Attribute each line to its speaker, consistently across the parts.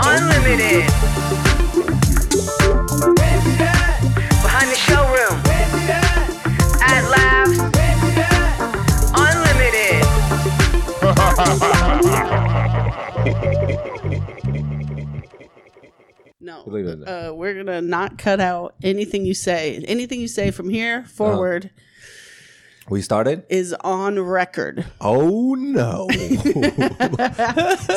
Speaker 1: Unlimited. Behind the showroom. At Labs. Unlimited.
Speaker 2: No.
Speaker 3: Leave it there.
Speaker 2: Uh, we're gonna not cut out anything you say. Anything you say from here
Speaker 3: Uh-huh.
Speaker 2: forward
Speaker 3: We started?
Speaker 2: is on record.
Speaker 3: Oh no.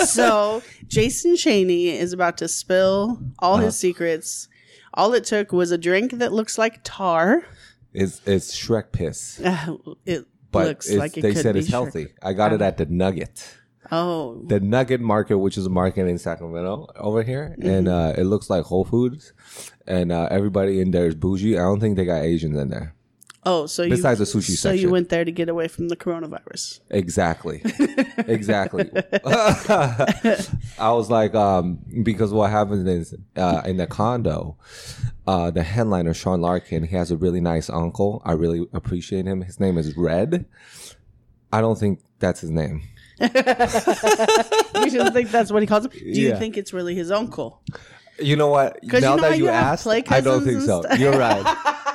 Speaker 2: so Jason Cheney is about to spill all his
Speaker 3: Uh-huh.
Speaker 2: secrets. All it took was a drink that looks like tar.
Speaker 3: it's it's Shrek piss.
Speaker 2: it
Speaker 3: But
Speaker 2: looks
Speaker 3: it's,
Speaker 2: like it
Speaker 3: they
Speaker 2: could
Speaker 3: said
Speaker 2: be
Speaker 3: it's
Speaker 2: Shrek.
Speaker 3: healthy. I got it at the Nugget.
Speaker 2: Oh,
Speaker 3: The Nugget Market, which is a market in Sacramento over here.
Speaker 2: Mm-hmm.
Speaker 3: And uh, it looks like Whole Foods. And uh, everybody in there is bougie. I don't think they got Asians in there.
Speaker 2: oh, so you
Speaker 3: Besides the sushi
Speaker 2: so you
Speaker 3: section.
Speaker 2: went there to get away from the coronavirus.
Speaker 3: Exactly. exactly. I was like, um, because what happens is uh, in the condo, uh, the headliner, Sean Larkin, he has a really nice uncle. I really appreciate him. His name is Red. I don't think that's his name.
Speaker 2: You didn't think that's what he calls him? Do you
Speaker 3: Yeah.
Speaker 2: think it's really his uncle?
Speaker 3: You know what?
Speaker 2: 'Cause you
Speaker 3: Now
Speaker 2: know how
Speaker 3: that you,
Speaker 2: you have
Speaker 3: asked,
Speaker 2: play
Speaker 3: I don't
Speaker 2: cousins
Speaker 3: think
Speaker 2: and
Speaker 3: so.
Speaker 2: stuff?
Speaker 3: You're right.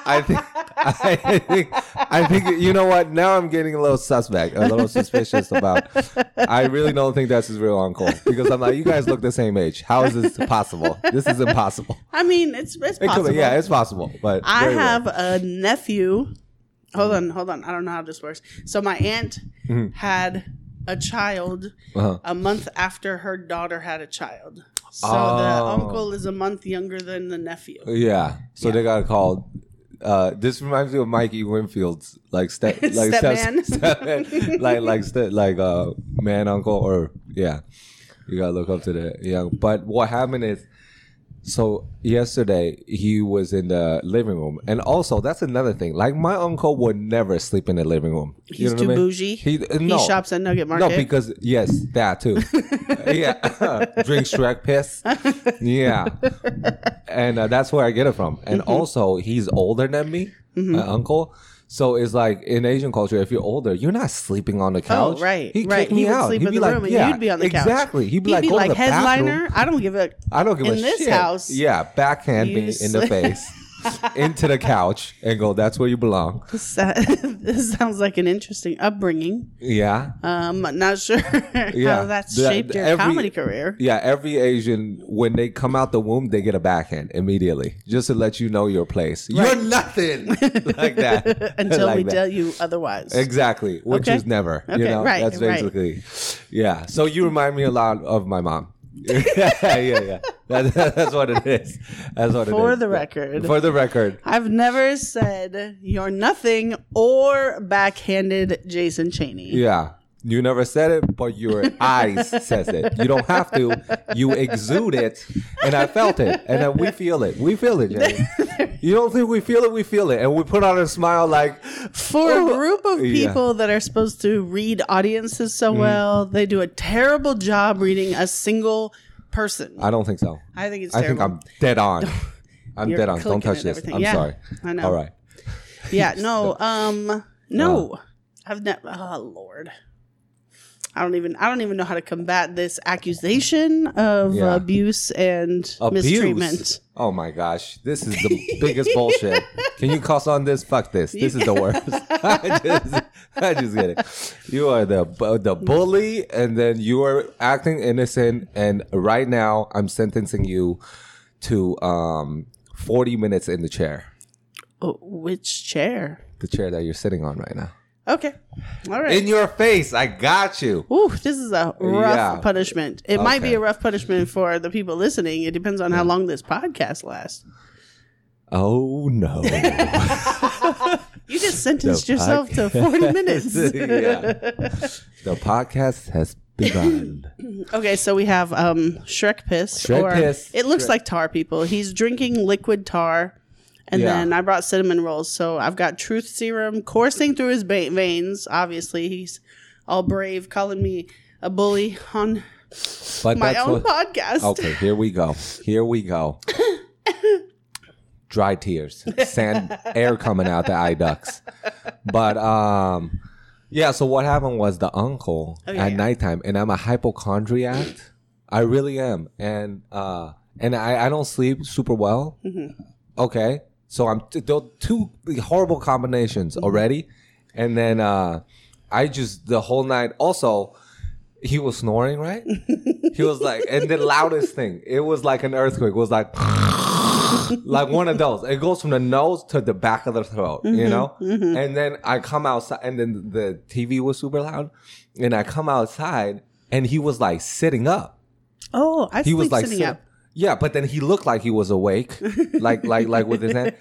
Speaker 3: I think. I think, I think you know what now I'm getting a little suspect a little suspicious about I really don't think that's his real uncle because I'm like you guys look the same age how is this possible this is impossible
Speaker 2: I mean, it's it's
Speaker 3: It could be-
Speaker 2: possible.
Speaker 3: yeah it's possible but
Speaker 2: I
Speaker 3: very rare.
Speaker 2: have a nephew. Hold on, hold on. I don't know how this works. So my aunt had a child
Speaker 3: Mm-hmm. Uh-huh.
Speaker 2: a month after her daughter had a child. So
Speaker 3: Oh.
Speaker 2: the uncle is a month younger than the nephew.
Speaker 3: yeah so they got called uh, this reminds me of Mikey Winfield's like step like
Speaker 2: Stepman.
Speaker 3: stepman, like like ste- like uh man uncle or yeah you gotta look up to the young but what happened is so yesterday he was in the living room and also that's another thing like my uncle would never sleep in the living room
Speaker 2: He's too bougie.
Speaker 3: he, uh,
Speaker 2: He
Speaker 3: no.
Speaker 2: shops at Nugget
Speaker 3: no
Speaker 2: Market.
Speaker 3: because yes that too yeah drink shrek piss yeah and uh, that's where I get it from. And
Speaker 2: Mm-hmm.
Speaker 3: also, he's older than me, my uncle. So it's like in Asian culture, if you're older, you're not sleeping on the couch.
Speaker 2: Oh, right,
Speaker 3: He'd
Speaker 2: right.
Speaker 3: kick me
Speaker 2: He would
Speaker 3: out.
Speaker 2: sleep
Speaker 3: He'd
Speaker 2: in
Speaker 3: be
Speaker 2: the
Speaker 3: like,
Speaker 2: room and
Speaker 3: yeah,
Speaker 2: you'd be on the couch.
Speaker 3: Exactly. He'd be like, go to the
Speaker 2: headliner.
Speaker 3: bathroom.
Speaker 2: I don't give a.
Speaker 3: I don't give
Speaker 2: in
Speaker 3: a shit.
Speaker 2: this house.
Speaker 3: Yeah, backhand
Speaker 2: you
Speaker 3: me in
Speaker 2: sl-
Speaker 3: the face, into the couch, and go. That's where you belong.
Speaker 2: This, this sounds like an interesting upbringing.
Speaker 3: Yeah.
Speaker 2: Um, not sure how
Speaker 3: Yeah.
Speaker 2: that's
Speaker 3: The-
Speaker 2: shaped your
Speaker 3: every-
Speaker 2: comedy career.
Speaker 3: Yeah, every Asian when they come out the womb, they get a backhand immediately, just to let you know your place. You're nothing like that
Speaker 2: Until
Speaker 3: Like
Speaker 2: we
Speaker 3: that.
Speaker 2: tell you otherwise.
Speaker 3: Exactly, which
Speaker 2: Okay.
Speaker 3: is never.
Speaker 2: Okay,
Speaker 3: you know,
Speaker 2: right,
Speaker 3: that's
Speaker 2: right.
Speaker 3: basically. Yeah. So you remind me a lot of my mom. yeah, yeah, yeah. That, that's what it is. That's what it is.
Speaker 2: For the record.
Speaker 3: For the record.
Speaker 2: I've never said you're nothing or backhanded Jason Cheney.
Speaker 3: Yeah. You never said it, but your eyes says it. You don't have to. You exude it, and I felt it, and then we feel it. We feel it, Jenny. You don't think we feel it? We feel it, and we put on a smile like,
Speaker 2: For a group of
Speaker 3: Oh, Yeah. Mm.
Speaker 2: people that are supposed to read audiences so well, they do a terrible job reading a single person.
Speaker 3: I don't think so.
Speaker 2: I think it's
Speaker 3: I think
Speaker 2: terrible.
Speaker 3: I'm dead on. I'm
Speaker 2: You're
Speaker 3: dead on.
Speaker 2: clicking
Speaker 3: Don't touch
Speaker 2: and
Speaker 3: this.
Speaker 2: everything.
Speaker 3: I'm
Speaker 2: Yeah,
Speaker 3: sorry.
Speaker 2: I know.
Speaker 3: All right.
Speaker 2: yeah, no,
Speaker 3: uh,
Speaker 2: um, no, I've never. Oh Lord, I don't even. I don't even know how to combat this accusation of
Speaker 3: Yeah.
Speaker 2: abuse and mistreatment.
Speaker 3: Oh my gosh, this is the biggest bullshit. Can you cuss on this? Fuck this. This is the worst. I just, I just get it. You are the bu- the bully, and then you are acting innocent. And right now, I'm sentencing you to um 40 minutes in the chair,
Speaker 2: Oh, which chair?
Speaker 3: the chair that you're sitting on right now.
Speaker 2: Okay, all right.
Speaker 3: In your face, I got you.
Speaker 2: Ooh, this is a rough
Speaker 3: Yeah.
Speaker 2: punishment. It might be
Speaker 3: Okay.
Speaker 2: a rough punishment for the people listening. It depends on how long this podcast lasts.
Speaker 3: Oh no.
Speaker 2: You just sentenced yourself to 40 minutes.
Speaker 3: yeah. The podcast has begun.
Speaker 2: Okay, so we have um, Shrek Piss.
Speaker 3: Shrek Piss.
Speaker 2: It looks like tar, people. He's drinking liquid tar. And
Speaker 3: Yeah.
Speaker 2: then I brought cinnamon rolls. So I've got truth serum coursing through his ba- veins. Obviously, he's all brave, calling me a bully on
Speaker 3: But
Speaker 2: my
Speaker 3: that's
Speaker 2: own
Speaker 3: what, Oh.
Speaker 2: podcast.
Speaker 3: Okay, here we go. Here we go. Dry tears, sand, air coming out the eye ducts. But um, yeah. So what happened was the uncle
Speaker 2: Oh, yeah,
Speaker 3: at
Speaker 2: yeah.
Speaker 3: nighttime, and I'm a hypochondriac. I really am, and uh, and I, I don't sleep super well.
Speaker 2: Mm-hmm.
Speaker 3: Okay, so I'm t- tho- two horrible combinations
Speaker 2: Mm-hmm.
Speaker 3: already, and then uh, I just the whole night. Also, he was snoring, right? he was like, and the loudest thing. It was like an earthquake. It was like. like one of those. It goes from the nose to the back of the throat, you know? And then I come outside, and then the TV was super loud. And I come outside, and he was like sitting up.
Speaker 2: Oh, I
Speaker 3: He
Speaker 2: sleep
Speaker 3: was like
Speaker 2: sitting
Speaker 3: sit-
Speaker 2: up.
Speaker 3: Yeah, but then he looked like he was awake, like like like with his hand.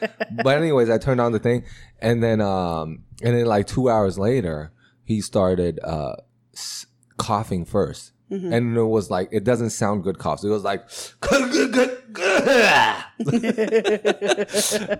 Speaker 3: But anyways, I turned on the thing, and then um and then like two hours later, he started uh s- coughing 1st
Speaker 2: Mm-hmm.
Speaker 3: and it was like it doesn't sound good coughs. It was like ah!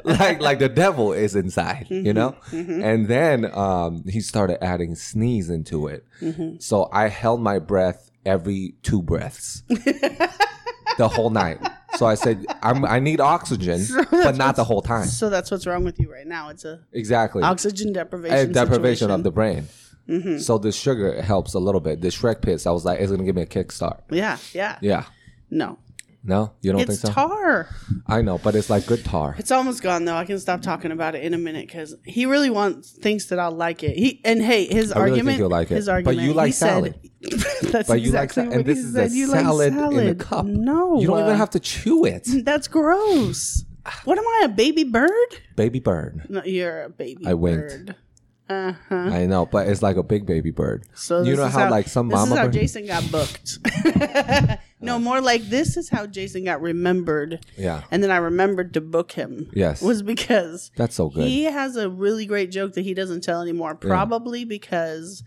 Speaker 3: like like the devil is inside,
Speaker 2: Mm-hmm.
Speaker 3: you know. And then um, he started adding sneeze into it.
Speaker 2: Mm-hmm.
Speaker 3: So I held my breath every two breaths the whole night. So I said, I'm, I need oxygen, but not the whole time.
Speaker 2: So that's what's wrong with you right now. It's a
Speaker 3: Exactly.
Speaker 2: oxygen deprivation.
Speaker 3: And
Speaker 2: situation.
Speaker 3: deprivation
Speaker 2: Mm-hmm.
Speaker 3: of the brain. So the sugar helps a little bit. The Shrek pits, I was like, it's gonna give me a kickstart.
Speaker 2: Yeah, yeah.
Speaker 3: Yeah.
Speaker 2: No,
Speaker 3: No, you don't
Speaker 2: it's
Speaker 3: think so?
Speaker 2: tar.
Speaker 3: I know, but it's like good tar.
Speaker 2: It's almost gone though. I can stop talking about it in a minute because he really wants thinks that I'll like it. He and hey, his
Speaker 3: I really
Speaker 2: argument.
Speaker 3: think you'll like it.
Speaker 2: His
Speaker 3: But
Speaker 2: argument.
Speaker 3: you like
Speaker 2: he
Speaker 3: salad.
Speaker 2: Said, that's
Speaker 3: But
Speaker 2: exactly
Speaker 3: you like sa-
Speaker 2: what
Speaker 3: and this
Speaker 2: he
Speaker 3: is
Speaker 2: said.
Speaker 3: a
Speaker 2: you
Speaker 3: salad,
Speaker 2: like salad
Speaker 3: in a cup.
Speaker 2: No,
Speaker 3: you don't
Speaker 2: uh,
Speaker 3: even have to chew it.
Speaker 2: That's gross. What am I, a baby bird?
Speaker 3: Baby bird.
Speaker 2: No, you're a baby.
Speaker 3: I winked.
Speaker 2: bird. Uh huh.
Speaker 3: I know, but it's like a big baby bird.
Speaker 2: So
Speaker 3: you
Speaker 2: this
Speaker 3: know
Speaker 2: is
Speaker 3: how, like some
Speaker 2: this
Speaker 3: mama
Speaker 2: is how
Speaker 3: bird-
Speaker 2: Jason got booked. no, more like this is how Jason got remembered.
Speaker 3: Yeah.
Speaker 2: and then I remembered to book him.
Speaker 3: Yes.
Speaker 2: was because
Speaker 3: That's so good.
Speaker 2: he has a really great joke that he doesn't tell anymore. Probably because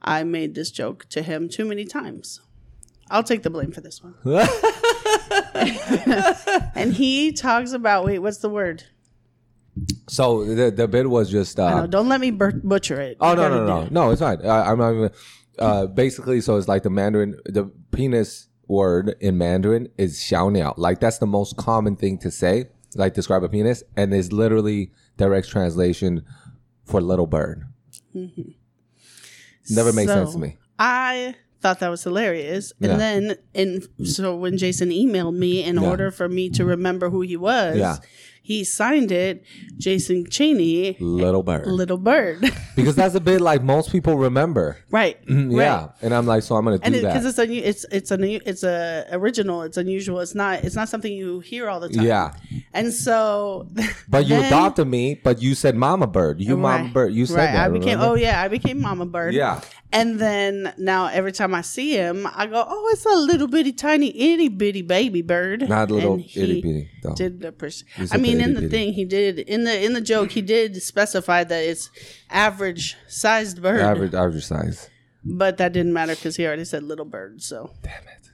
Speaker 2: I made this joke to him too many times. I'll take the blame for this one. and he talks about wait, what's the word?
Speaker 3: So the the bit was just uh,
Speaker 2: No, don't let me bur- butcher it.
Speaker 3: Oh
Speaker 2: You
Speaker 3: no
Speaker 2: gotta
Speaker 3: no
Speaker 2: do
Speaker 3: no
Speaker 2: it.
Speaker 3: no! It's fine. I, I'm not even. Uh, basically, so it's like the Mandarin. The penis word in Mandarin is "xiao niao." Like that's the most common thing to say, like describe a penis, and it's literally direct translation for little bird. Never makes sense
Speaker 2: Mm-hmm. So,
Speaker 3: to me.
Speaker 2: I thought that was hilarious. And
Speaker 3: Yeah.
Speaker 2: then and so when Jason emailed me in
Speaker 3: Yeah.
Speaker 2: order for me to remember who he was,
Speaker 3: Yeah.
Speaker 2: he signed it Jason Cheney
Speaker 3: Little bird,
Speaker 2: Little Bird.
Speaker 3: because that's a bit like most people remember.
Speaker 2: right.
Speaker 3: Mm-hmm. Yeah,
Speaker 2: Right.
Speaker 3: and I'm like, so I'm gonna do
Speaker 2: And because
Speaker 3: that.
Speaker 2: it's a it's it's a it's a original it's unusual it's not it's not something you hear all the time
Speaker 3: yeah,
Speaker 2: and so
Speaker 3: but you
Speaker 2: then-
Speaker 3: adopted me, but you said "mama bird." You mama
Speaker 2: Right.
Speaker 3: bird. You said
Speaker 2: Right.
Speaker 3: that.
Speaker 2: I became
Speaker 3: remember?
Speaker 2: oh yeah I became mama bird
Speaker 3: Yeah.
Speaker 2: and then now every time I see him I go oh it's a little bitty tiny itty bitty baby bird
Speaker 3: not little
Speaker 2: And he
Speaker 3: itty bitty. Oh. though.
Speaker 2: did the pers-
Speaker 3: He's
Speaker 2: I
Speaker 3: a
Speaker 2: mean in
Speaker 3: itty
Speaker 2: the
Speaker 3: bitty.
Speaker 2: thing he did in the in the joke he did specify that it's average sized bird
Speaker 3: average average size.
Speaker 2: but that didn't matter because he already said little bird so
Speaker 3: Damn it.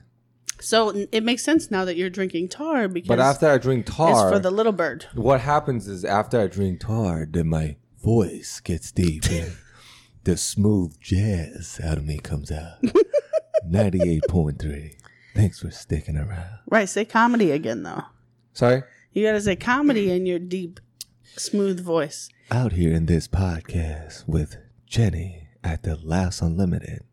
Speaker 2: so n- it makes sense now that you're drinking tar because
Speaker 3: But after I drink
Speaker 2: it's
Speaker 3: tar,
Speaker 2: for the little bird.
Speaker 3: what happens is after I drink tar, then my voice gets deep and the smooth jazz out of me comes out. 98.3. Thanks for sticking around.
Speaker 2: Right, say comedy again though.
Speaker 3: Sorry?
Speaker 2: You gotta say comedy in your deep, smooth voice.
Speaker 3: Out here in this podcast with Jenny at the Last Unlimited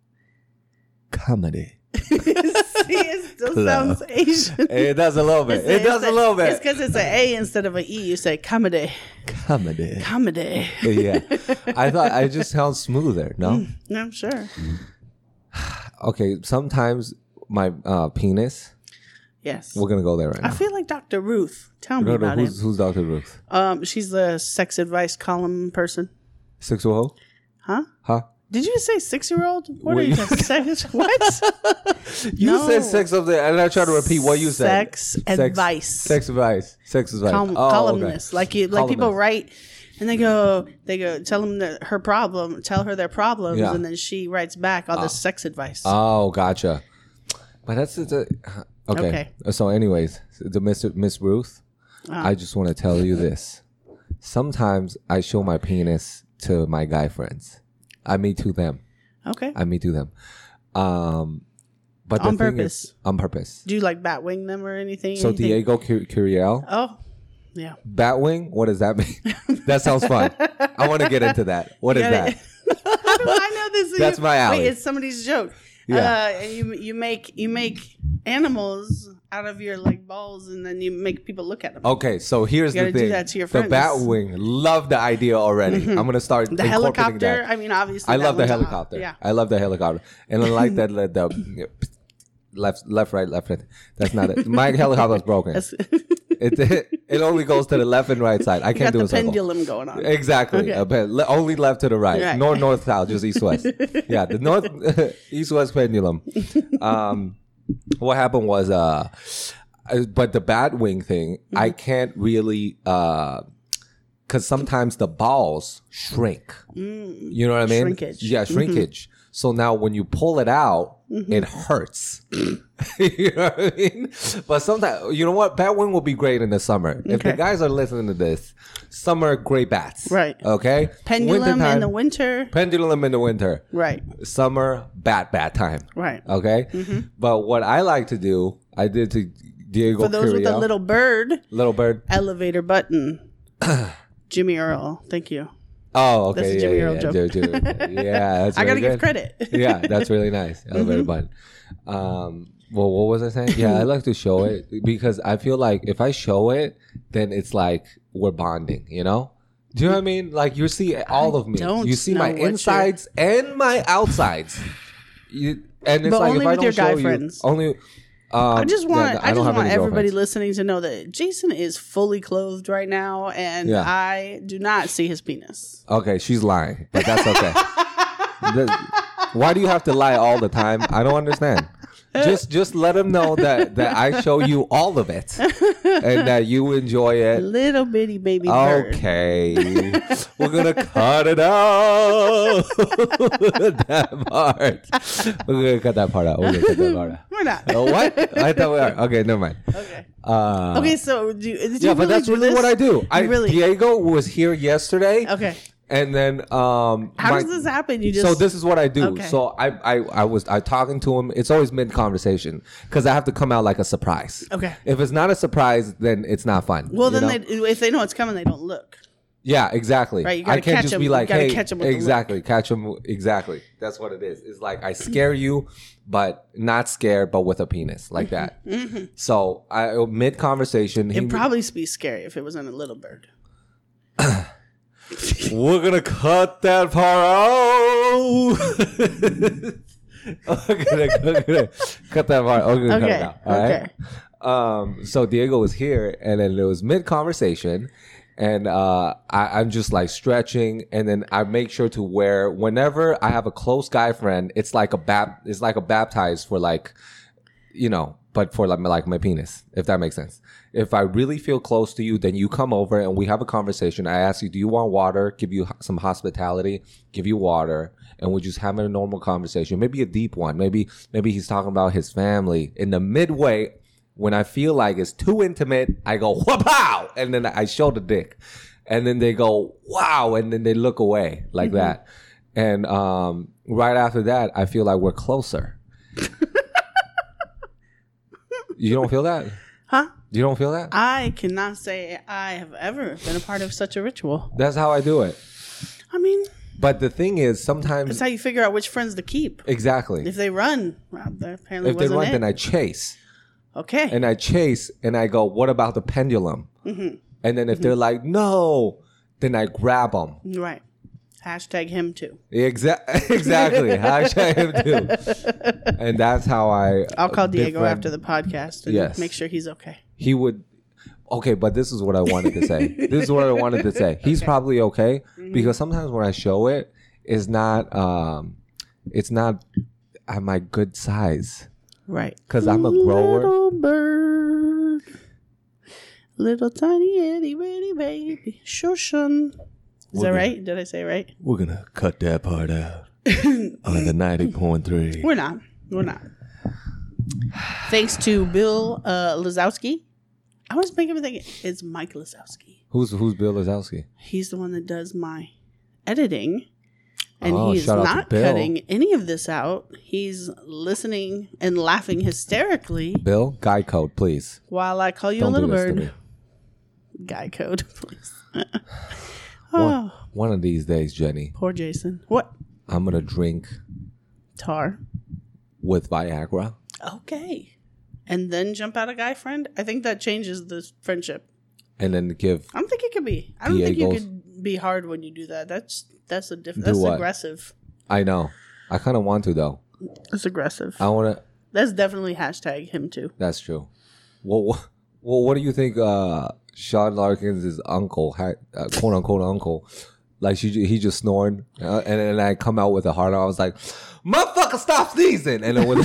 Speaker 3: Comedy.
Speaker 2: See, it still
Speaker 3: Hello.
Speaker 2: sounds Asian.
Speaker 3: It does a little bit. It does a little
Speaker 2: It's
Speaker 3: bit.
Speaker 2: because it's an A instead of an E. You say comedy,
Speaker 3: Comedy.
Speaker 2: comedy.
Speaker 3: Yeah. I thought I just sound smoother, no?
Speaker 2: I'm sure.
Speaker 3: okay, sometimes my uh, penis.
Speaker 2: Yes.
Speaker 3: We're gonna go there right
Speaker 2: I
Speaker 3: now.
Speaker 2: feel like Dr. Ruth. Tell me
Speaker 3: No, no,
Speaker 2: about
Speaker 3: who's,
Speaker 2: it.
Speaker 3: who's Dr. Ruth?
Speaker 2: Um, she's the sex advice column person.
Speaker 3: Sexual hoe?
Speaker 2: Huh?
Speaker 3: Huh?
Speaker 2: Did you say six year old? What are
Speaker 3: Wait.
Speaker 2: you gonna say? What?
Speaker 3: You
Speaker 2: No.
Speaker 3: said sex of the, and I tried to repeat what you said.
Speaker 2: Sex advice.
Speaker 3: Sex advice. Sex advice.
Speaker 2: Col-
Speaker 3: Oh,
Speaker 2: columnists.
Speaker 3: okay.
Speaker 2: Like you, like people
Speaker 3: Columnists.
Speaker 2: write and they go, they go, tell them that her problem, tell her their problems,
Speaker 3: Yeah. Ah.
Speaker 2: and then she writes back all this sex advice.
Speaker 3: Oh, gotcha. But that's the okay. So, anyways, the Miss Miss Ruth,
Speaker 2: Ah.
Speaker 3: I just want to tell you this. Sometimes I show my penis to my guy friends. I meet to them.
Speaker 2: okay.
Speaker 3: I meet to them. Um, but the
Speaker 2: On
Speaker 3: thing
Speaker 2: purpose.
Speaker 3: is, on purpose.
Speaker 2: Do you like bat wing them or anything?
Speaker 3: So
Speaker 2: anything?
Speaker 3: Diego Cu- Curiel,
Speaker 2: Oh, yeah.
Speaker 3: Batwing. What does that mean? that sounds fun. I want to get into that. What is
Speaker 2: Get
Speaker 3: that?
Speaker 2: it? How do I know this? is
Speaker 3: That's
Speaker 2: you?
Speaker 3: my alley.
Speaker 2: Wait, it's somebody's joke.
Speaker 3: Yeah.
Speaker 2: Uh, and you you make you make animals out of your like balls, and then you make people look at them.
Speaker 3: okay, so here's
Speaker 2: You
Speaker 3: the
Speaker 2: gotta do
Speaker 3: thing.
Speaker 2: that to your
Speaker 3: the
Speaker 2: friends. Mm-hmm.
Speaker 3: Batwing, love the idea already. I'm gonna start
Speaker 2: the
Speaker 3: incorporating
Speaker 2: helicopter.
Speaker 3: that.
Speaker 2: I mean, obviously,
Speaker 3: I
Speaker 2: that
Speaker 3: love the
Speaker 2: one's hot.
Speaker 3: helicopter.
Speaker 2: Yeah,
Speaker 3: I love the helicopter, and I like that le- the left, left, right, left, right. That's not it. My helicopter's broken.
Speaker 2: That's-
Speaker 3: It, it only goes to the left and right side. I
Speaker 2: you got
Speaker 3: can't do
Speaker 2: the
Speaker 3: a circle.
Speaker 2: pendulum going on. Okay.
Speaker 3: Exactly. A pen- le- only left to the right.
Speaker 2: Right.
Speaker 3: North, north, south, just east, west. yeah, the north, east, west pendulum. Um, what happened was, uh, uh, but the bat wing thing, I
Speaker 2: Mm-hmm.
Speaker 3: can't really, because sometimes the balls shrink. You know what I mean?
Speaker 2: Mm. Shrinkage. Mm-hmm.
Speaker 3: Yeah, shrinkage. So now when you pull it out, it hurts. you know what I mean? But sometimes, you know what? Bat wing will be great in the summer. If the
Speaker 2: Okay.
Speaker 3: guys are listening to this, summer gray bats.
Speaker 2: Right.
Speaker 3: Okay.
Speaker 2: pendulum in
Speaker 3: Wintertime,
Speaker 2: the winter.
Speaker 3: pendulum in the winter.
Speaker 2: Right.
Speaker 3: Summer bat bat time.
Speaker 2: Right. Mm-hmm.
Speaker 3: Okay. But what I like to do, I did to Diego
Speaker 2: For those with a
Speaker 3: Curiel,
Speaker 2: little bird
Speaker 3: little bird.
Speaker 2: elevator button. Jimmy Earl, thank you.
Speaker 3: Oh, okay.
Speaker 2: That's a
Speaker 3: yeah,
Speaker 2: Jimmy
Speaker 3: yeah,
Speaker 2: Earl
Speaker 3: yeah,
Speaker 2: joke.
Speaker 3: Jimmy- Jimmy- yeah, that's
Speaker 2: I gotta
Speaker 3: really
Speaker 2: give
Speaker 3: good.
Speaker 2: credit.
Speaker 3: yeah, that's really nice.
Speaker 2: Mm-hmm.
Speaker 3: Elevator button. Um, well, what was I saying? Yeah, I like to show it because I feel like if I show it, then it's like we're bonding, you know? Do you know what I mean? Like you see all of me.
Speaker 2: don't
Speaker 3: you see
Speaker 2: know
Speaker 3: my
Speaker 2: what you're-
Speaker 3: insides and my outsides. You, and it's
Speaker 2: But
Speaker 3: like
Speaker 2: only
Speaker 3: if I
Speaker 2: with
Speaker 3: don't
Speaker 2: your guy
Speaker 3: show you-
Speaker 2: friends.
Speaker 3: only. Um,
Speaker 2: I just want
Speaker 3: yeah,
Speaker 2: I, just
Speaker 3: don't have
Speaker 2: want
Speaker 3: any
Speaker 2: everybody
Speaker 3: girlfriends.
Speaker 2: listening to know that Jason is fully clothed right now and
Speaker 3: Yeah.
Speaker 2: I do not see his penis.
Speaker 3: Okay, she's lying, but that's okay. The- why do you have to lie all the time? I don't understand. Just just let them know that that I show you all of it and that you enjoy it.
Speaker 2: Little bitty baby bird.
Speaker 3: Okay, we're gonna cut it out. that part. We're gonna cut that part out. We're gonna cut that part out.
Speaker 2: We're not.
Speaker 3: Oh, what? I thought we are. Okay, never mind.
Speaker 2: Okay.
Speaker 3: Uh,
Speaker 2: Okay, so do, did you
Speaker 3: Yeah, but that's
Speaker 2: do
Speaker 3: really
Speaker 2: this?
Speaker 3: what I do. I
Speaker 2: You really
Speaker 3: Diego was here yesterday.
Speaker 2: Okay.
Speaker 3: and then um,
Speaker 2: How
Speaker 3: my-
Speaker 2: does this happen? You just
Speaker 3: so this is what I do.
Speaker 2: Okay.
Speaker 3: So I, I I was I talking to him. It's always mid conversation because I have to come out like a surprise.
Speaker 2: Okay.
Speaker 3: If it's not a surprise, then it's not fun.
Speaker 2: Well
Speaker 3: you
Speaker 2: then
Speaker 3: know?
Speaker 2: they if they know it's coming they don't look.
Speaker 3: yeah exactly.
Speaker 2: Right, you
Speaker 3: I
Speaker 2: gotta
Speaker 3: can't
Speaker 2: catch
Speaker 3: just
Speaker 2: 'em.
Speaker 3: be
Speaker 2: You
Speaker 3: like
Speaker 2: gotta
Speaker 3: hey
Speaker 2: catch 'em with the
Speaker 3: exactly catch him exactly. That's what it is. It's like I scare you, but not scared, but with a penis like that.
Speaker 2: Mm-hmm.
Speaker 3: So I mid conversation.
Speaker 2: It'd probably be scary if it wasn't a little bird.
Speaker 3: We're gonna cut that part out. we're, gonna, we're gonna cut that part. We're gonna cut it
Speaker 2: Okay.
Speaker 3: out. All right. Um, so Diego was here, and then it was mid conversation, and uh, I, I'm just like stretching, and then I make sure to wear whenever I have a close guy friend, it's like a bap, it's like a baptized for like, you know, but for like my, like my penis, if that makes sense. If I really feel close to you, then you come over and we have a conversation. I ask you, do you want water? Give you ho- some hospitality, give you water, and we're just having a normal conversation. Maybe a deep one. Maybe maybe he's talking about his family. In the midway, when I feel like it's too intimate, I go whoop and then I show the dick, and then they go wow, and then they look away like
Speaker 2: Mm-hmm.
Speaker 3: that, and um, right after that, I feel like we're closer. You don't feel that?
Speaker 2: Huh?
Speaker 3: You don't feel that?
Speaker 2: I cannot say I have ever been a part of such a ritual.
Speaker 3: That's how I do it.
Speaker 2: I mean,
Speaker 3: But the thing is, sometimes
Speaker 2: that's how you figure out which friends to keep.
Speaker 3: exactly.
Speaker 2: If
Speaker 3: If,
Speaker 2: they run, well, that apparently
Speaker 3: they
Speaker 2: wasn't
Speaker 3: run,
Speaker 2: it.
Speaker 3: then I chase
Speaker 2: okay.
Speaker 3: and I chase and I go, "What about the pendulum?"
Speaker 2: Mm-hmm.
Speaker 3: And then if they're like, "No," then I grab them.
Speaker 2: right. Hashtag him too.
Speaker 3: Exa- exactly. Hashtag him too. And that's how I.
Speaker 2: I'll call Diego
Speaker 3: different-
Speaker 2: after the podcast and
Speaker 3: Yes.
Speaker 2: make sure he's okay.
Speaker 3: He would. Okay, but this is what I wanted to say. this is what I wanted to say. He's probably okay
Speaker 2: Mm-hmm.
Speaker 3: because sometimes when I show it, it's not. Um, it's not at my good size
Speaker 2: Right.
Speaker 3: because I'm a grower.
Speaker 2: Little bird. Little tiny itty bitty baby. Shushan. Is that right? Did I say it right?
Speaker 3: We're gonna cut that part out on the ninety point three.
Speaker 2: We're not. We're not. Thanks to Bill uh, Lazowski. I was making him think it's Mike Lazowski.
Speaker 3: Who's who's Bill Lazowski?
Speaker 2: He's the one that does my editing. And
Speaker 3: Oh,
Speaker 2: he's
Speaker 3: shout out to
Speaker 2: not
Speaker 3: Bill.
Speaker 2: cutting any of this out. He's listening and laughing hysterically
Speaker 3: Bill, guy code, please.
Speaker 2: while I call you a
Speaker 3: Don't
Speaker 2: little
Speaker 3: do this
Speaker 2: bird.
Speaker 3: to me.
Speaker 2: Guy code, please.
Speaker 3: One,
Speaker 2: oh,
Speaker 3: one of these days, Jenny,
Speaker 2: poor Jason. What?
Speaker 3: I'm gonna drink
Speaker 2: Tar.
Speaker 3: with Viagra.
Speaker 2: Okay. And then jump out a guy friend? I think that changes the friendship.
Speaker 3: And then give
Speaker 2: I don't think it could be. I don't think you
Speaker 3: Diego's-
Speaker 2: could be hard when you do that. That's that's a
Speaker 3: Do
Speaker 2: different. That's
Speaker 3: what?
Speaker 2: aggressive.
Speaker 3: I know. I kind of want to though.
Speaker 2: That's aggressive.
Speaker 3: I want to.
Speaker 2: That's definitely hashtag him too.
Speaker 3: That's true. Well, what, well, what do you think? Uh, Sean Larkins' uncle, had, uh, quote unquote uncle, like she, ju- he just snoring, uh, and then I come out with a hard. I was like, "Motherfucker, stop sneezing!" And then with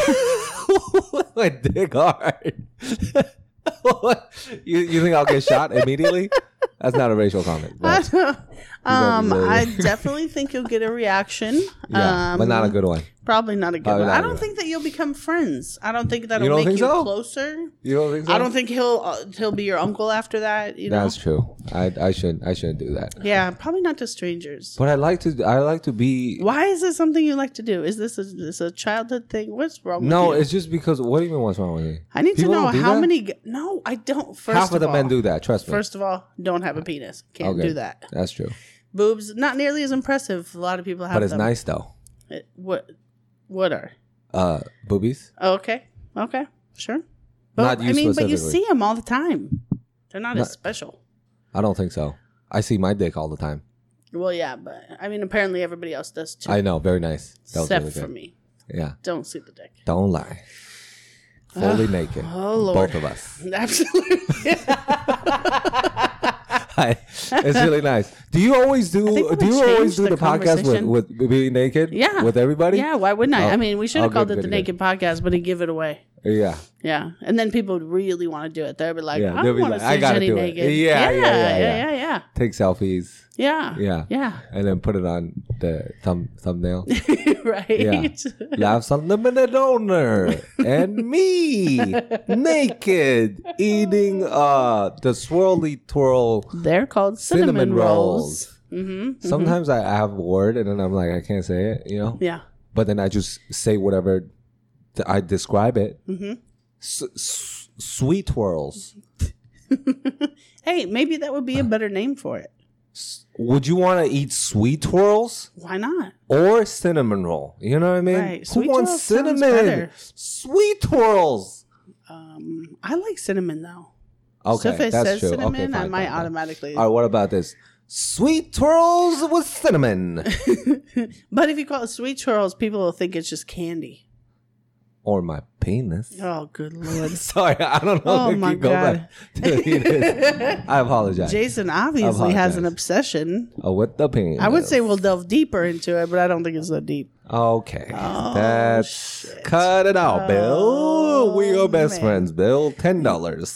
Speaker 3: my dick hard. you you think I'll get shot immediately? That's not a racial comment. But,
Speaker 2: um,
Speaker 3: really-
Speaker 2: I definitely think you'll get a reaction.
Speaker 3: yeah,
Speaker 2: um,
Speaker 3: but not a good one.
Speaker 2: Probably not a good
Speaker 3: Probably
Speaker 2: one.
Speaker 3: not
Speaker 2: I
Speaker 3: a
Speaker 2: don't
Speaker 3: good
Speaker 2: think that you'll become friends. I don't think that'll
Speaker 3: You don't
Speaker 2: make
Speaker 3: think
Speaker 2: you
Speaker 3: so?
Speaker 2: closer.
Speaker 3: You don't think so?
Speaker 2: I don't think he'll uh, he'll be your uncle after that. You know.
Speaker 3: That's true. I I shouldn't I shouldn't do that.
Speaker 2: yeah, probably not to strangers.
Speaker 3: But I like to I like to be
Speaker 2: Why is this something you like to do? Is this a, this a childhood thing? What's wrong?
Speaker 3: No,
Speaker 2: with you?
Speaker 3: it's just because. What do you mean? What's wrong with me?
Speaker 2: I need
Speaker 3: People
Speaker 2: to know
Speaker 3: don't do
Speaker 2: how
Speaker 3: that?
Speaker 2: many. g- No, I don't. First
Speaker 3: Half of the
Speaker 2: all,
Speaker 3: men do that. Trust me.
Speaker 2: First of all, don't have a penis. Can't
Speaker 3: Okay.
Speaker 2: do that.
Speaker 3: That's true.
Speaker 2: Boobs, not nearly as impressive. A lot of people have
Speaker 3: But it's
Speaker 2: them.
Speaker 3: nice though.
Speaker 2: It- what? What are? oh,
Speaker 3: Uh, boobies.
Speaker 2: Okay. Okay. Sure.
Speaker 3: Not
Speaker 2: But
Speaker 3: you
Speaker 2: I mean, but you
Speaker 3: specifically.
Speaker 2: see them all the time. They're not,
Speaker 3: Not-
Speaker 2: as special.
Speaker 3: I don't think so. I see my dick all the time.
Speaker 2: Well, yeah, but I mean, apparently everybody else does too,
Speaker 3: I know. Very nice. That was
Speaker 2: except
Speaker 3: really
Speaker 2: for
Speaker 3: good.
Speaker 2: me.
Speaker 3: Yeah.
Speaker 2: Don't see the dick.
Speaker 3: Don't lie. Fully naked.
Speaker 2: Oh lord.
Speaker 3: Both of us.
Speaker 2: Absolutely.
Speaker 3: I, it's really nice. Do you always
Speaker 2: think
Speaker 3: do?
Speaker 2: we
Speaker 3: Do
Speaker 2: would
Speaker 3: you
Speaker 2: change
Speaker 3: always do
Speaker 2: the
Speaker 3: the, podcast
Speaker 2: conversation.
Speaker 3: with, with being naked?
Speaker 2: yeah.
Speaker 3: With everybody?
Speaker 2: Yeah. Why wouldn't I?
Speaker 3: Oh.
Speaker 2: I mean, we should have
Speaker 3: Oh,
Speaker 2: called
Speaker 3: good,
Speaker 2: it the
Speaker 3: good,
Speaker 2: Naked Podcast, but he give it away.
Speaker 3: Yeah.
Speaker 2: Yeah, and then people would really want to do it. They'd be like,
Speaker 3: Yeah,
Speaker 2: "I
Speaker 3: they'll be
Speaker 2: want
Speaker 3: like,
Speaker 2: to
Speaker 3: I
Speaker 2: see
Speaker 3: gotta
Speaker 2: Jenny
Speaker 3: do it.
Speaker 2: naked."
Speaker 3: Yeah, yeah, yeah,
Speaker 2: yeah,
Speaker 3: yeah.
Speaker 2: yeah, yeah,
Speaker 3: Take selfies
Speaker 2: yeah,
Speaker 3: Yeah. and then put it on the thumb thumbnail.
Speaker 2: yeah. right.
Speaker 3: Laughs Unlimited owner and me naked eating uh the swirly twirl
Speaker 2: They're called cinnamon,
Speaker 3: cinnamon
Speaker 2: rolls.
Speaker 3: rolls. Sometimes I I have a word and then I'm like I can't say it, you know.
Speaker 2: Yeah,
Speaker 3: But then I just say whatever th- I describe it. S- s- sweet twirls.
Speaker 2: hey, maybe that would be a better name for it.
Speaker 3: Would you want to eat sweet twirls
Speaker 2: Why not?
Speaker 3: or cinnamon roll? You know what I mean?
Speaker 2: Right.
Speaker 3: Who
Speaker 2: Sweet
Speaker 3: wants
Speaker 2: twirls sounds
Speaker 3: cinnamon?
Speaker 2: better.
Speaker 3: Sweet twirls.
Speaker 2: Um, I like cinnamon though.
Speaker 3: Okay,
Speaker 2: so if it
Speaker 3: that's
Speaker 2: says
Speaker 3: true.
Speaker 2: cinnamon,
Speaker 3: okay,
Speaker 2: I
Speaker 3: fine,
Speaker 2: might
Speaker 3: fine, fine.
Speaker 2: automatically.
Speaker 3: All right, what about this? Sweet twirls with cinnamon
Speaker 2: But if you call it sweet twirls, people will think it's just candy.
Speaker 3: or my penis.
Speaker 2: Oh, good lord,
Speaker 3: Sorry, I don't know.
Speaker 2: Oh
Speaker 3: if I
Speaker 2: my
Speaker 3: can go back to penis. I apologize.
Speaker 2: Jason obviously has an
Speaker 3: Apologize.
Speaker 2: obsession.
Speaker 3: oh, with the penis.
Speaker 2: I would say we'll delve deeper into it, but I don't think it's that deep.
Speaker 3: Okay,
Speaker 2: Oh,
Speaker 3: that's cut it
Speaker 2: Oh,
Speaker 3: out, Bill. We are best friends, Bill. Ten dollars.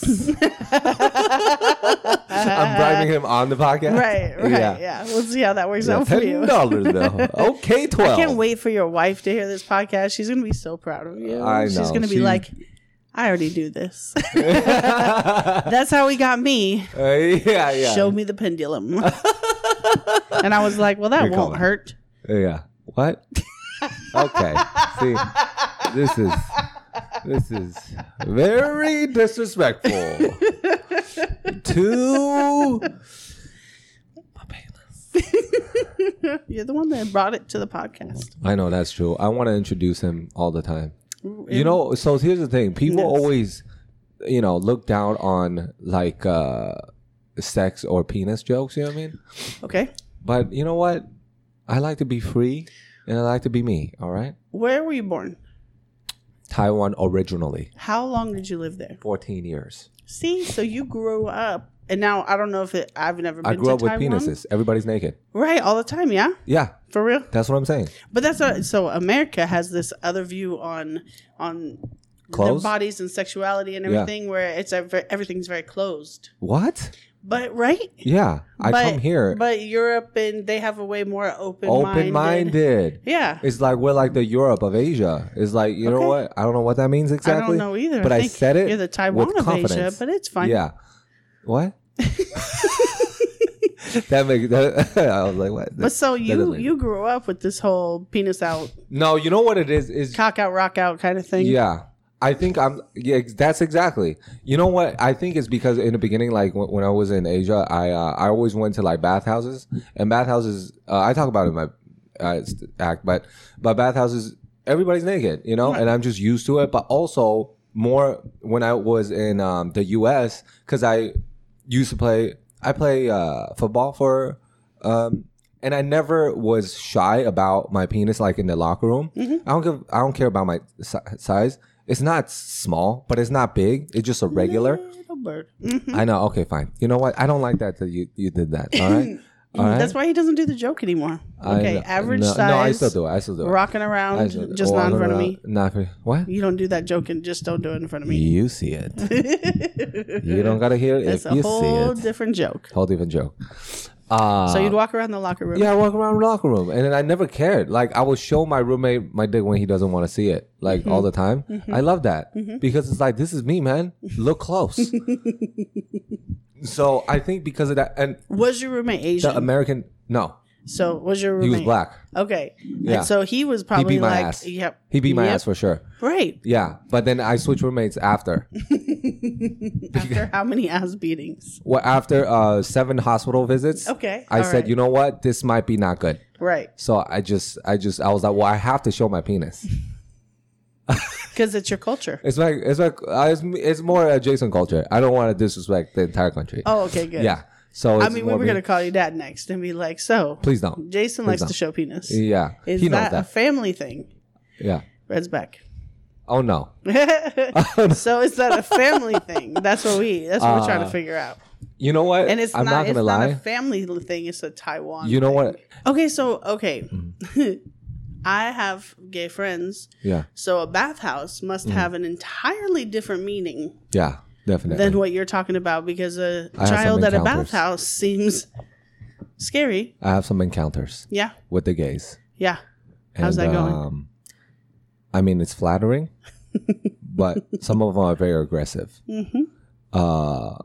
Speaker 3: I'm bribing him on the podcast.
Speaker 2: Right, right, yeah. We'll see how that works
Speaker 3: Yeah,
Speaker 2: out for you.
Speaker 3: ten dollars though. Okay, twelve.
Speaker 2: I can't wait for your wife to hear this podcast. She's gonna be so proud of you.
Speaker 3: I know.
Speaker 2: She's gonna be
Speaker 3: She-
Speaker 2: like, I already do this. That's how he got me.
Speaker 3: Uh, yeah, yeah.
Speaker 2: Show me the pendulum. and I was like, Well, that
Speaker 3: You're
Speaker 2: won't
Speaker 3: calling.
Speaker 2: hurt.
Speaker 3: Yeah. What? okay. See, this is this is very disrespectful to
Speaker 2: You're the one that brought it to the podcast.
Speaker 3: I know that's true. I want to introduce him all the time. You know, so here's the thing. People
Speaker 2: Mm, Yes.
Speaker 3: always, you know, look down on like uh sex or penis jokes, you know what I mean?
Speaker 2: Okay.
Speaker 3: But you know what? I like to be free and I like to be me, all right?
Speaker 2: Where were you born?
Speaker 3: Taiwan originally.
Speaker 2: How long did you live there?
Speaker 3: 14 years.
Speaker 2: See, so you grew up and now I don't know if it I've never been
Speaker 3: I grew
Speaker 2: to
Speaker 3: up with
Speaker 2: Taiwan.
Speaker 3: penises. Everybody's naked.
Speaker 2: Right, all the time, yeah?
Speaker 3: Yeah,
Speaker 2: For real?
Speaker 3: that's what I'm saying.
Speaker 2: But that's not, so America has this other view on on
Speaker 3: Clothes?
Speaker 2: their bodies and sexuality and
Speaker 3: Yeah.
Speaker 2: everything, where it's a ver- everything's very closed.
Speaker 3: What?
Speaker 2: But right,
Speaker 3: Yeah, I
Speaker 2: but,
Speaker 3: come here
Speaker 2: But Europe and they have a way more open
Speaker 3: open minded.
Speaker 2: Yeah,
Speaker 3: It's like we're like the Europe of Asia. It's like you know
Speaker 2: Okay.
Speaker 3: what? I don't know what that means exactly.
Speaker 2: I don't know either.
Speaker 3: But I,
Speaker 2: think
Speaker 3: said it.
Speaker 2: You're the Taiwan
Speaker 3: with
Speaker 2: of Asia,
Speaker 3: confidence.
Speaker 2: but it's fine.
Speaker 3: Yeah. What? that makes. That, I was like, what?
Speaker 2: But so
Speaker 3: doesn't
Speaker 2: you
Speaker 3: make-
Speaker 2: you grew up with this whole penis out,
Speaker 3: no, you know what it is? Is
Speaker 2: cock out, rock out kind of thing.
Speaker 3: Yeah. I think I'm. Yeah, ex- that's exactly. You know what? I think it's because in the beginning, like when, when I was in Asia, I uh, I always went to like bathhouses and bathhouses. Uh, I talk about it in my uh, s- act, but but bathhouses everybody's naked, you know, and I'm just used to it. But also more when I was in um, the U.S. because I used to play. I play uh, football for, um, and I never was shy about my penis. Like in the locker room,
Speaker 2: Mm-hmm.
Speaker 3: I don't give. I don't care about my si- size. It's not small, but it's not big. It's just a regular.
Speaker 2: Little bird. Mm-hmm.
Speaker 3: I know. Okay, fine. You know what? I don't like that that you you did that. All right. All right.
Speaker 2: That's why he doesn't do the joke anymore.
Speaker 3: I
Speaker 2: Okay,
Speaker 3: know.
Speaker 2: average
Speaker 3: no,
Speaker 2: size.
Speaker 3: No, I still do it. I still do it.
Speaker 2: Rocking
Speaker 3: I
Speaker 2: around,
Speaker 3: still do it. Oh,
Speaker 2: just not in
Speaker 3: Walking
Speaker 2: front of
Speaker 3: around-
Speaker 2: me.
Speaker 3: Not for, what?
Speaker 2: You don't do that joke and just don't do it in front of me.
Speaker 3: You see it. you don't gotta hear it
Speaker 2: It's
Speaker 3: if
Speaker 2: a
Speaker 3: you
Speaker 2: whole
Speaker 3: see it.
Speaker 2: different joke.
Speaker 3: Whole different joke. Uh,
Speaker 2: So you'd walk around the locker room.
Speaker 3: yeah, I walk around the locker room, and then I never cared. Like I would show my roommate my dick when he doesn't want to see it, like
Speaker 2: Mm-hmm.
Speaker 3: all the time. I love that because it's like this is me, man. Look close. so I think because of that, and
Speaker 2: Was your roommate Asian?
Speaker 3: the American no,
Speaker 2: so was your
Speaker 3: he
Speaker 2: roommate?
Speaker 3: was black.
Speaker 2: Okay.
Speaker 3: Yeah.
Speaker 2: And so he was probably
Speaker 3: he beat my
Speaker 2: like,
Speaker 3: ass.
Speaker 2: yep.
Speaker 3: He beat my
Speaker 2: yep,
Speaker 3: ass for sure.
Speaker 2: Right.
Speaker 3: Yeah, but then I switched roommates after.
Speaker 2: After how many ass beatings?
Speaker 3: Well, after uh, seven hospital visits,
Speaker 2: Okay,
Speaker 3: I
Speaker 2: all
Speaker 3: said,
Speaker 2: right.
Speaker 3: you know what, this might be not good.
Speaker 2: Right.
Speaker 3: So I just, I just, I was like, well, I have to show my penis.
Speaker 2: Because it's your culture.
Speaker 3: It's like, it's like, uh, it's, it's more adjacent culture. I don't want to disrespect the entire country.
Speaker 2: Oh, okay, good.
Speaker 3: yeah. So
Speaker 2: I
Speaker 3: it's
Speaker 2: mean, we
Speaker 3: more
Speaker 2: were
Speaker 3: be-
Speaker 2: going to call you dad next and be like, so.
Speaker 3: Please don't.
Speaker 2: Jason
Speaker 3: Please
Speaker 2: likes
Speaker 3: don't.
Speaker 2: to show penis.
Speaker 3: Yeah,
Speaker 2: Is
Speaker 3: he
Speaker 2: that,
Speaker 3: knows
Speaker 2: a family thing?
Speaker 3: that. Yeah.
Speaker 2: Red's back.
Speaker 3: Oh no.
Speaker 2: so is that a family thing? That's what we. That's what we're trying to
Speaker 3: Uh,
Speaker 2: figure out.
Speaker 3: You know what?
Speaker 2: And it's
Speaker 3: I'm
Speaker 2: not.
Speaker 3: not,
Speaker 2: it's
Speaker 3: gonna
Speaker 2: not a
Speaker 3: lie.
Speaker 2: family thing. It's a Taiwan.
Speaker 3: you know
Speaker 2: thing.
Speaker 3: what? Mm-hmm.
Speaker 2: Okay, so okay, I have gay friends.
Speaker 3: Yeah.
Speaker 2: So a bathhouse must have an entirely different meaning
Speaker 3: Mm-hmm. Yeah. Definitely.
Speaker 2: than what you're talking about because a
Speaker 3: I had some
Speaker 2: child at a
Speaker 3: encounters.
Speaker 2: bathhouse seems scary.
Speaker 3: I have some encounters
Speaker 2: Yeah,
Speaker 3: with the gays.
Speaker 2: yeah. How's that going?
Speaker 3: Um, I mean, it's flattering, but some of them are very aggressive.
Speaker 2: hmm
Speaker 3: Uh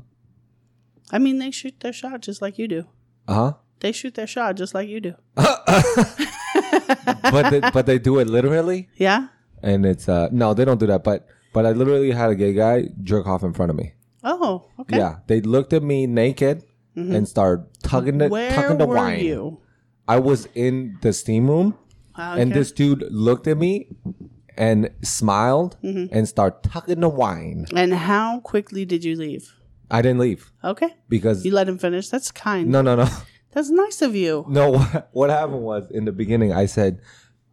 Speaker 2: I mean, they shoot their shot just like you do.
Speaker 3: huh.
Speaker 2: They shoot their shot just like you do.
Speaker 3: But they, but they do it literally,
Speaker 2: Yeah.
Speaker 3: and it's uh no, they don't do that. But but I literally had a gay guy jerk off in front of me.
Speaker 2: Oh, okay. Mm-hmm.
Speaker 3: Yeah, they looked at me naked and started tugging the
Speaker 2: Where
Speaker 3: tugging the
Speaker 2: were
Speaker 3: wine.
Speaker 2: you?
Speaker 3: I was in the steam room,
Speaker 2: Wow,
Speaker 3: and
Speaker 2: okay.
Speaker 3: this dude looked at me and smiled
Speaker 2: Mm-hmm.
Speaker 3: and started tugging the wine.
Speaker 2: And how quickly did you leave?
Speaker 3: I didn't leave
Speaker 2: Okay.
Speaker 3: because
Speaker 2: You let him finish. That's kind.
Speaker 3: no, no, no.
Speaker 2: That's nice of you.
Speaker 3: No, what, what happened was in the beginning, I said,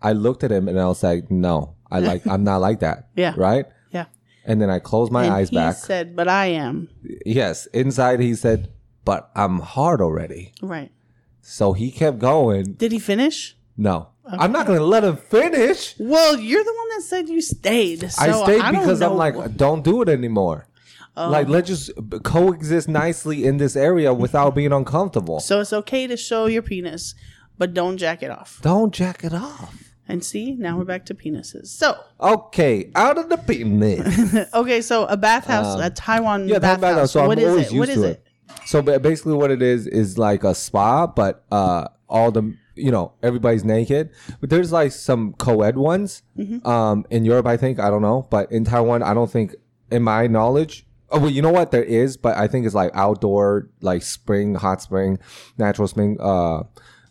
Speaker 3: I looked at him and I was like, no, I like, I'm not like that.
Speaker 2: Yeah.
Speaker 3: Right.
Speaker 2: Yeah.
Speaker 3: And then I closed my
Speaker 2: and
Speaker 3: eyes
Speaker 2: he
Speaker 3: back.
Speaker 2: said, "But I am
Speaker 3: yes. Inside, he said, but I'm hard already.
Speaker 2: right."
Speaker 3: So he kept going.
Speaker 2: Did he finish?
Speaker 3: No, I'm not going to let him finish.
Speaker 2: Well, you're the one that said you stayed. So
Speaker 3: I stayed
Speaker 2: don't
Speaker 3: because
Speaker 2: know. Oh.
Speaker 3: I'm like, don't do it anymore. Like, let's just b- coexist nicely in this area without being uncomfortable.
Speaker 2: so it's okay to show your penis, but don't jack it off.
Speaker 3: don't jack it off.
Speaker 2: And see, now we're back to penises. So
Speaker 3: Okay, out of the penis.
Speaker 2: okay, so a bathhouse, a Taiwan
Speaker 3: Um, Yeah,
Speaker 2: bathhouse.
Speaker 3: that matters. So
Speaker 2: What
Speaker 3: I'm
Speaker 2: is
Speaker 3: always
Speaker 2: it?
Speaker 3: used
Speaker 2: What is
Speaker 3: to
Speaker 2: it?
Speaker 3: it. So ba- basically, what it is is like a spa, but uh, all the you know everybody's naked. But there's like some co-ed ones
Speaker 2: Mm-hmm.
Speaker 3: um, in Europe, I think. I don't know, but in Taiwan, I don't think, in my knowledge. Oh, well, you know what? There is, but I think it's like outdoor, like spring, hot spring, natural spring. Uh,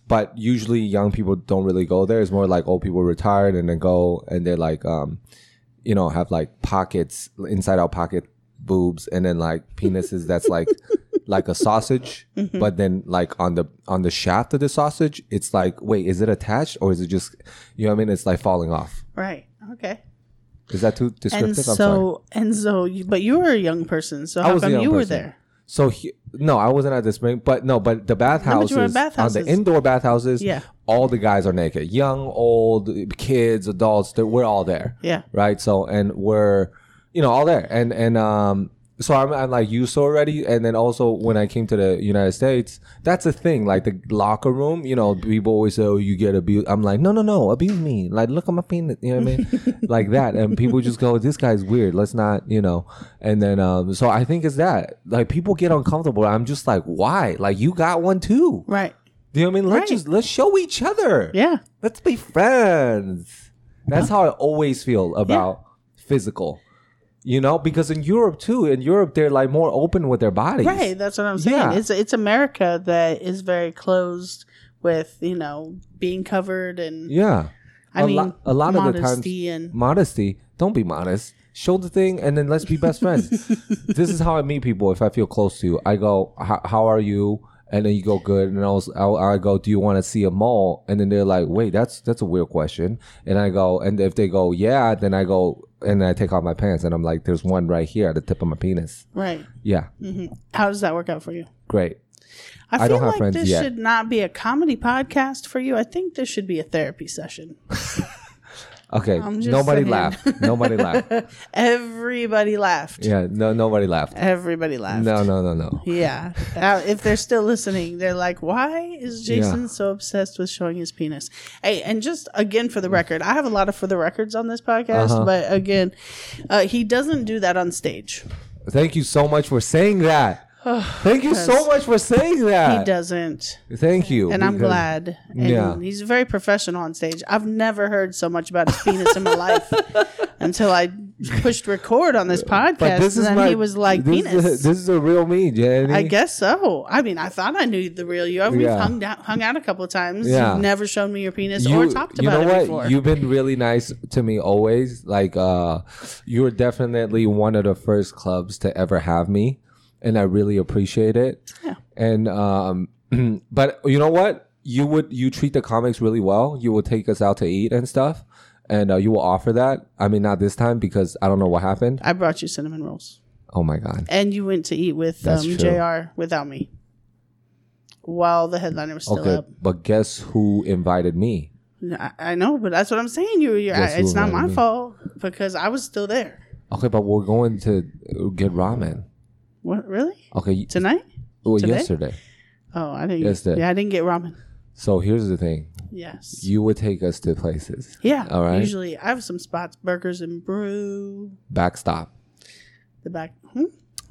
Speaker 3: but usually, young people don't really go there. It's more like old people retired and then go, and they're like, um, you know, have like pockets, inside out pocket boobs, and then like penises that's like like a sausage,
Speaker 2: Mm-hmm.
Speaker 3: but then like on the on the shaft of the sausage, it's like, wait, is it attached or is it just you know what I mean? It's like falling off.
Speaker 2: Right. Okay.
Speaker 3: Is that too
Speaker 2: And
Speaker 3: descriptive? I'm sorry.
Speaker 2: so, and so, you- but you were a young person. So
Speaker 3: I
Speaker 2: how
Speaker 3: was a
Speaker 2: come you
Speaker 3: young
Speaker 2: were
Speaker 3: person.
Speaker 2: there?
Speaker 3: So he, no, I wasn't at the spring, but no, but the
Speaker 2: but
Speaker 3: bathhouses,
Speaker 2: you were in
Speaker 3: on
Speaker 2: bathhouses.
Speaker 3: the indoor bathhouses,
Speaker 2: Yeah.
Speaker 3: all the guys are naked, young, old, kids, adults. They're, we're all there.
Speaker 2: Yeah.
Speaker 3: right? So and we're you know all there and and um so I'm, I'm like used to already and then also when I came to the United States that's a thing like the locker room you know people always say oh you get abused I'm like no no no abuse me like look at my penis you know what I mean like that and people just go this guy's weird let's not you know and then um so I think it's that like people get uncomfortable I'm just like why like you got one too
Speaker 2: Right.
Speaker 3: do you know what I mean let's
Speaker 2: Right.
Speaker 3: just let's show each other
Speaker 2: Yeah.
Speaker 3: Let's be friends. That's how I always feel about physical. You know, because in Europe too, in Europe they're like more open with their bodies.
Speaker 2: Right, that's what I'm saying.
Speaker 3: Yeah.
Speaker 2: It's it's America that is very closed with, you know, being covered and
Speaker 3: Yeah.
Speaker 2: I
Speaker 3: a
Speaker 2: mean,
Speaker 3: lo- a lot of the times,
Speaker 2: modesty and
Speaker 3: modesty. Don't be modest. Show the thing, and then let's be best friends. this is how I meet people. If I feel close to you, I go, "H- "How are you?" And then you go, "Good." And I was, I, I go, "Do you want to see a mall?" And then they're like, "Wait, that's that's a weird question." And I go, and if they go, "Yeah," then I go, and I take off my pants, and I'm like, "There's one right here at the tip of my penis."
Speaker 2: right.
Speaker 3: Yeah,
Speaker 2: Mm-hmm. How does that work out for you?
Speaker 3: great.
Speaker 2: I feel
Speaker 3: don't have
Speaker 2: like
Speaker 3: friends
Speaker 2: this
Speaker 3: yet.
Speaker 2: should not be a comedy podcast for you. I think this should be a therapy session.
Speaker 3: Okay,
Speaker 2: just
Speaker 3: nobody
Speaker 2: saying.
Speaker 3: laughed. Nobody laughed.
Speaker 2: Everybody laughed.
Speaker 3: Yeah, no, nobody laughed.
Speaker 2: Everybody laughed.
Speaker 3: No, no, no, no.
Speaker 2: Yeah. Uh, if they're still listening, they're like, why is Jason so obsessed with showing his penis? Hey, and just again for the
Speaker 3: Mm.
Speaker 2: record, I have a lot of for the records on this podcast,
Speaker 3: Uh-huh.
Speaker 2: but again, uh, he doesn't do that on stage.
Speaker 3: Thank you so much for saying that. Thank you so much for saying that.
Speaker 2: He doesn't.
Speaker 3: Thank you.
Speaker 2: And I'm
Speaker 3: because-
Speaker 2: glad. And
Speaker 3: Yeah.
Speaker 2: he's very professional on stage. I've never heard so much about his penis in my life until I pushed record on this podcast.
Speaker 3: But this
Speaker 2: and
Speaker 3: is
Speaker 2: then
Speaker 3: my,
Speaker 2: he was like,
Speaker 3: this,
Speaker 2: penis.
Speaker 3: Is, this is a real me, Jenny.
Speaker 2: I guess so. I mean, I thought I knew the real you. I- We've
Speaker 3: Yeah.
Speaker 2: hung down, hung out a couple of times.
Speaker 3: Yeah.
Speaker 2: You've never shown me your penis
Speaker 3: you,
Speaker 2: or talked
Speaker 3: you
Speaker 2: about
Speaker 3: know
Speaker 2: it
Speaker 3: what?
Speaker 2: before.
Speaker 3: You've been really nice to me always. Like, uh, you were definitely one of the first clubs to ever have me, and I really appreciate it.
Speaker 2: Yeah.
Speaker 3: And um, but you know what? You would you treat the comics really well. You will take us out to eat and stuff, and uh, you will offer that. I mean, not this time because I don't know what happened.
Speaker 2: I brought you cinnamon rolls,
Speaker 3: Oh my god.
Speaker 2: and you went to eat with
Speaker 3: That's
Speaker 2: um,
Speaker 3: true.
Speaker 2: Jr. without me, while the headliner was still
Speaker 3: Okay,
Speaker 2: up.
Speaker 3: but guess who invited me?
Speaker 2: I, I know, but that's what I'm saying. You, you
Speaker 3: Guess
Speaker 2: I, it's
Speaker 3: who
Speaker 2: not my
Speaker 3: invited me?
Speaker 2: fault because I was still there.
Speaker 3: Okay, but we're going to uh, get ramen.
Speaker 2: What really
Speaker 3: Okay,
Speaker 2: tonight?
Speaker 3: well,
Speaker 2: today?
Speaker 3: yesterday.
Speaker 2: Oh, I didn't.
Speaker 3: Yes, that-
Speaker 2: yeah, I didn't get ramen.
Speaker 3: So here's the thing:
Speaker 2: Yes.
Speaker 3: you would take us to places.
Speaker 2: yeah.
Speaker 3: All right.
Speaker 2: Usually, I have some spots: burgers and brew.
Speaker 3: Backstop,
Speaker 2: The back. Hmm?